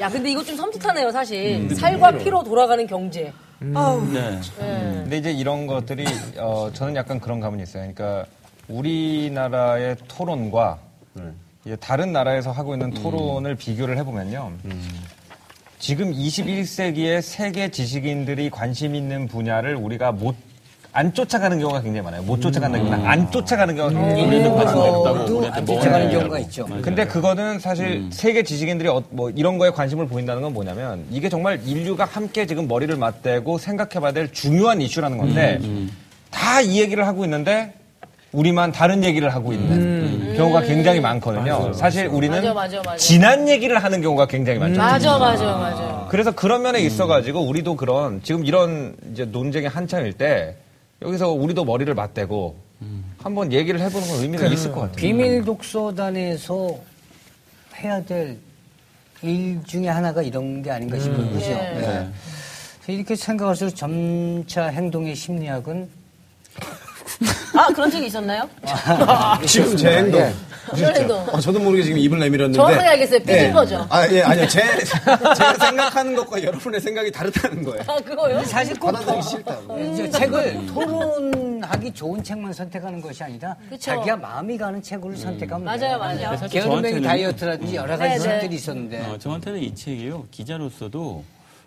야 근데 이거 좀 섬뜩하네요 사실 살과 피로 돌아가는 경제. 네. 근데 이제 이런 것들이 어, 저는 약간 그런 감은 있어요. 그러니까 우리나라의 토론과 네. 이제 다른 나라에서 하고 있는 토론을 비교를 해보면요. 지금 21세기의 세계 지식인들이 관심 있는 분야를 우리가 못, 안 쫓아가는 경우가 굉장히 많아요. 못 쫓아간다기보다 안 쫓아가는 경우가 굉장히 많아요. 음. 우리는 음. 관심 없다고 또 우리한테 안 뭐 쫓아가는 하냐고. 경우가 있죠. 맞아요. 네. 네. 근데 그거는 사실 음. 세계 지식인들이 어- 뭐 이런 거에 관심을 보인다는 건 뭐냐면 이게 정말 인류가 함께 지금 머리를 맞대고 생각해봐야 될 중요한 이슈라는 건데 음, 다 이 얘기를 하고 있는데 우리만 다른 얘기를 하고 있는 음. 경우가 굉장히 많거든요. 사실 우리는 음. 맞아, 맞아, 음. 맞아. 지난 얘기를 하는 경우가 굉장히 많죠. 맞아 맞아 맞아. 그래서 그런 면에 음. 있어가지고 우리도 그런 지금 이런 이제 논쟁이 한창일 때 여기서 우리도 머리를 맞대고 음. 한번 얘기를 해보는 건그 의미가 있을 것 같아요. 비밀 독서단에서 해야 될 일 중에 하나가 이런 게 아닌가 싶은 음. 거죠. 네. 그래서 이렇게 생각할수록 점차 행동의 심리학은 아 그런 책이 있었나요? 지금 제 행동. 예. 그래도 아, 저도 모르게 지금 입을 내밀었는데. 정확하게 알겠어요 삐진 예. 거죠. 아, 예, 아니요. 제, [LAUGHS] 제가 생각하는 것과 여러분의 생각이 다르다는 거예요. 아 그거요? 사실 꼭 받아들이기 싫다고. 음. 이제 책을 토론하기 좋은 책만 선택하는 것이 아니라 그쵸. 자기가 마음이 가는 책을 선택하면 맞아요 맞아요. 사실 게으름뱅이 저한테는- 다이어트라든지 여러 가지 네, 네. 책들이 있었는데 어, 저한테는 이 책이요 기자로서도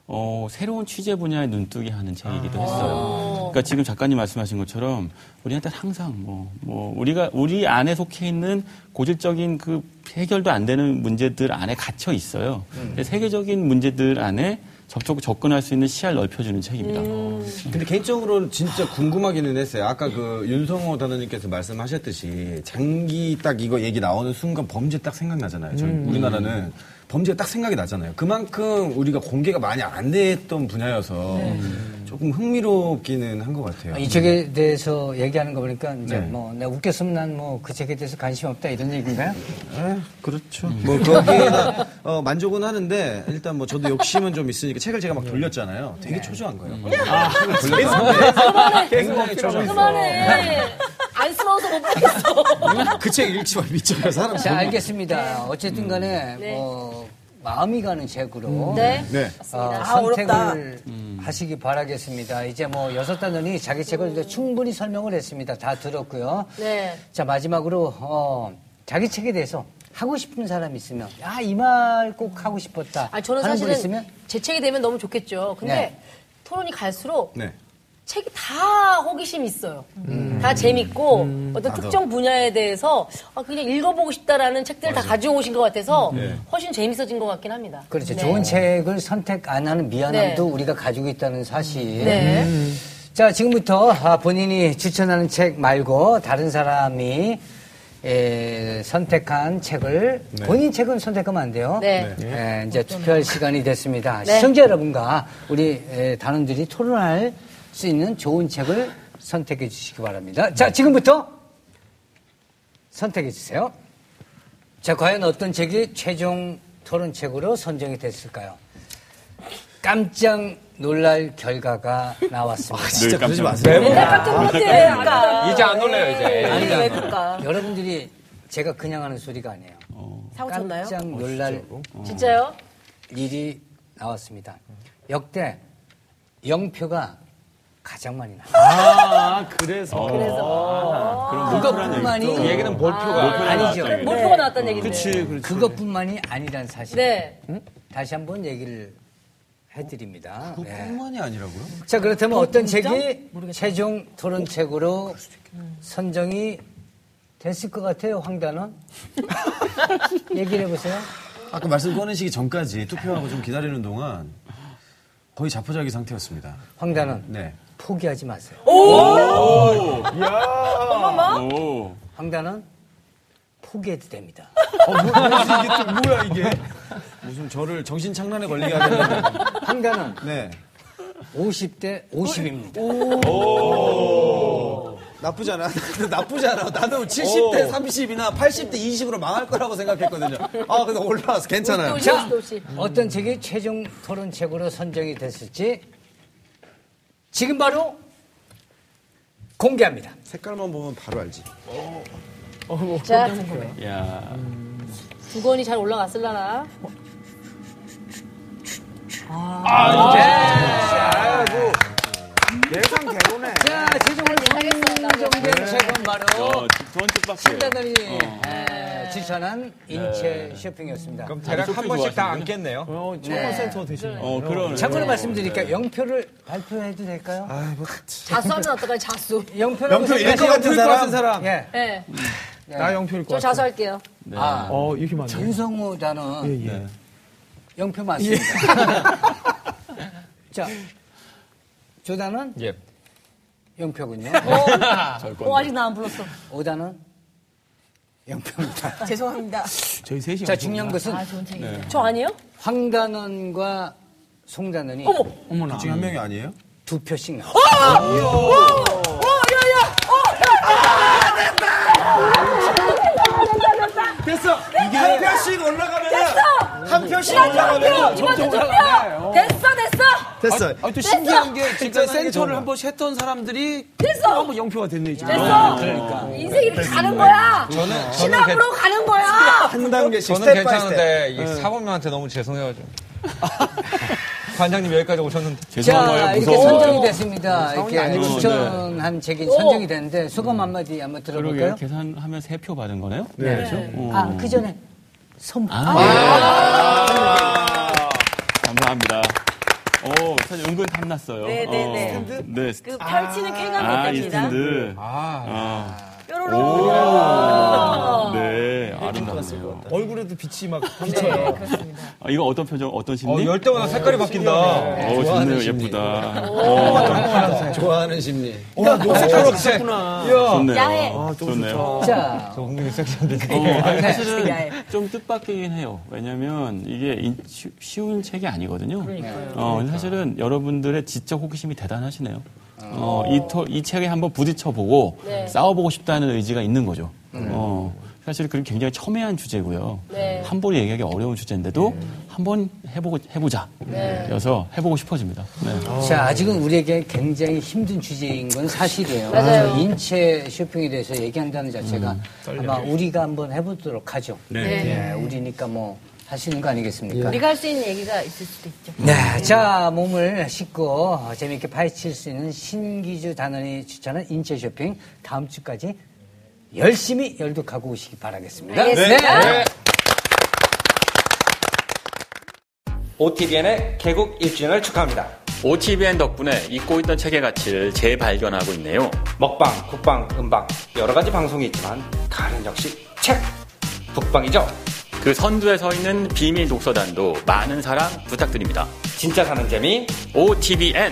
어, 새로운 취재 분야에 눈뜨게 하는 책이기도 했어요. 그러니까 지금 작가님 말씀하신 것처럼 우리한테 항상 뭐, 뭐 우리가 우리 안에 속해 있는 고질적인 그 해결도 안 되는 문제들 안에 갇혀 있어요. 근데 세계적인 문제들 안에 접촉 접근할 수 있는 시야를 넓혀주는 책입니다. 근데 개인적으로는 진짜 궁금하기는 했어요. 아까 그 윤성호 단원님께서 말씀하셨듯이 장기 딱 이거 얘기 나오는 순간 범죄 딱 생각나잖아요. 저희 음. 우리나라는 범죄가 딱 생각이 나잖아요. 그만큼 우리가 공개가 많이 안 됐던 분야여서 네. 조금 흥미롭기는 한 것 같아요. 이 책에 대해서 얘기하는 거 보니까 이제 네. 뭐 내가 웃겼으면 난 뭐 그 책에 대해서 관심 없다 이런 얘기인가요? 에, 그렇죠. 뭐 거기에다 어, 만족은 하는데 일단 뭐 저도 욕심은 좀 있으니까 책을 제가 막 돌렸잖아요. 되게 초조한 거예요. 네. 아, 책을 돌렸는데 굉장히 초조했어요. 그만해. 안쓰러워서 못 보겠어. 그책 읽지 말고 미쳐요 사람. 자, 알겠습니다. 어쨌든 간에 뭐 마음이 가는 책으로 네. 네. 어, 선택을 하시기 바라겠습니다. 이제 뭐 여섯 단원이 자기 책을 이제 충분히 설명을 했습니다. 다 들었고요. 네. 자 마지막으로 어, 자기 책에 대해서 하고 싶은 사람 있으면 아 이 말 꼭 하고 싶었다. 아, 저는 하는 분 사실은 있으면 제 책이 되면 너무 좋겠죠. 근데 네. 토론이 갈수록 네. 책이 다 호기심이 있어요. 다 재밌고 어떤 특정 분야에 대해서 아, 그냥 읽어보고 싶다라는 책들을 다 가져오신 것 같아서 훨씬 재밌어진 것 같긴 합니다. 그렇죠. 네. 좋은 책을 선택 안 하는 미안함도 네. 우리가 가지고 있다는 사실. 네. 자, 지금부터 아, 본인이 추천하는 책 말고 다른 사람이 에, 선택한 책을 본인 책은 선택하면 안 돼요. 네. 에, 예, 이제 투표할 시간이 됐습니다. 시청자 여러분과 우리 에, 단원들이 토론할 수 있는 좋은 책을 선택해 주시기 바랍니다. 자, 지금부터 선택해 주세요. 자, 과연 어떤 책이 최종 토론책으로 선정이 됐을까요? 깜짝 놀랄 결과가 나왔습니다. 늘 그러지 깜짝 마세요. 그러니까. 이제 안 놀래요, 네. 이제. 아니, 왜 그럴까? 여러분들이 제가 그냥 하는 소리가 아니에요. 사고 쳤나요? 깜짝 놀랄 진짜요? 일이 나왔습니다. 역대 영표가 가장 많이 나왔어요. 아, 아, 그래서. 그것뿐만이 이 얘기는 볼표가 아니죠. 몰표가 나왔다는 얘기인데. 그것뿐만이 아니란 사실. 네. 다시 한번 얘기를 해드립니다. 네. 뿐만이 아니라고요? 자 그렇다면 어떤 책이 최종 어, 토론책으로 선정이 됐을 것 같아요, [LAUGHS] 황단원? 얘기를 해보세요. 아까 말씀 꺼내시기 전까지 투표하고 좀 기다리는 동안 거의 자포자기 상태였습니다. 황단원, 네. 포기하지 마세요. 오. 황단원, 포기해도 됩니다. 어, 뭐, 이게 또 뭐야 이게? 무슨 저를 정신 착란에 걸리게 하려는. 황단원, 네. 50대 50입니다. 나쁘지 않아. 나쁘지 않아. 나는 70대 30이나 80대 20으로 망할 거라고 생각했거든요. 아, 근데 올라와서 괜찮아요. 자, 음. 어떤 책이 최종 토론책으로 선정이 됐을지 지금 바로 공개합니다. 색깔만 보면 바로 알지. 자, 야. 두건이 잘 올라갔을라나? 자, 최종으로 선정된 책은 바로 어, 두 번째 박스. 신자들이 예, 에, 추천한 네. 인체 쇼핑이었습니다. 대략 한 소프트 번씩 좋아하시는데? 다 안겠네요. 어, 청원센터 되시네요. 어, 그러네. 참고로 말씀드릴까요? 영표를 발표해도 될까요? 자수하면 어떡하지, 자수. 영표를 명표 아, 일것 같은 사람. 예. 네. 나 영표일 것 저 같아. 자수할게요. 아, 어, 이렇게 많네. 윤성우 단은 예, 예. 영표 맞습니다. 예. [LAUGHS] 자, 조단은 예. 영표군요. 어, 아직 나 안 불렀어. 오단은 영표입니다. 죄송합니다. 저희 셋이. 자, 중요한 것은 아, 아. 저 아니에요? 황단원과 송단원이 어머나. 지금 한 명이 아니에요? 두 표씩 나왔어요. 이게 한 표씩 올라가면 한 표씩 올라가면 이번 주 투표! 됐어, 됐어! 됐어. 아, 또 신기한 게 진짜 센터를 한 번씩 했던 사람들이 됐어! 한번 영표가 됐네, 이제. 됐어! 인생이 이렇게 가는 거야! 네, 저는 저는 괜- 신학으로 가는 거야! 한 단계씩 저는 스텝 바이 스텝. 네. 괜찮은데 이 사범님한테 너무 [LAUGHS] 죄송해가지고 관장님 여기까지 오셨는데 죄송한 자, 거예요. 이렇게 무서워. 아, 선정이 됐습니다. 이렇게 추천한 책이 선정이 됐는데 음. 소감 한마디 한번 그러게요. 들어볼까요? 계산하면 세 표 받은 거네요? 아, 그 전에 선물. 아. 아. 감사합니다. 어, 사실 은근 탐났어요. 네네네. 어, 스탠드? 네. 스- 그 펼치는 쾌감이 아, 이 있답니다. 스탠드. 아. 뾰로롱. 오. 네, 아름답네요. 얼굴에도 빛이 막 네, 그렇습니다. 아, 이거 어떤 표정, 어떤 어, 심리? 열 때마다 색깔이 바뀐다. 어, 좋아하는 좋네요. 심리. 예쁘다. 어, 좋아하는 심리. 녹색깔로 진짜 좋네요. 야해. 아, 저거 좋네요. 자, 저 홍준이 섹션데 어, 아니, 사실은 야해. 좀 뜻밖이긴 해요. 왜냐면 이게 인- 쉬- 쉬운 책이 아니거든요. 어, 근데 사실은 여러분들의 지적 호기심이 대단하시네요. 어, 이, 토- 이 책에 한번 부딪혀보고 싸워보고 싶다는 의지가 있는 거죠. 어, 사실 그게 굉장히 첨예한 주제고요. 네. 한 번에 얘기하기 어려운 주제인데도 한번 해보고 해보자. 그래서 해보고 싶어집니다. 네. 자, 아직은 우리에게 굉장히 힘든 주제인 건 사실이에요. 맞아요. 그래서 인체 쇼핑에 대해서 얘기한다는 자체가 아마 우리가 한번 해보도록 하죠. 네, 우리니까 뭐 하시는 거 아니겠습니까? 예. 우리가 할 수 있는 얘기가 있을 수도 있죠. 네, 자 몸을 씻고 재미있게 파헤칠 수 있는 신기주 단원이 추천한 인체 쇼핑 다음 주까지 열심히 열독하고 오시기 바라겠습니다. 알겠습니다. 네. OTBN의 개국 1주년을 축하합니다. OTBN 덕분에 잊고 있던 책의 가치를 재발견하고 있네요. 먹방, 국방, 음방 여러 가지 방송이 있지만 가는 역시 책! 북방이죠. 그 선두에 서 있는 비밀 독서단도 많은 사랑 부탁드립니다. 진짜 사는 재미 OTBN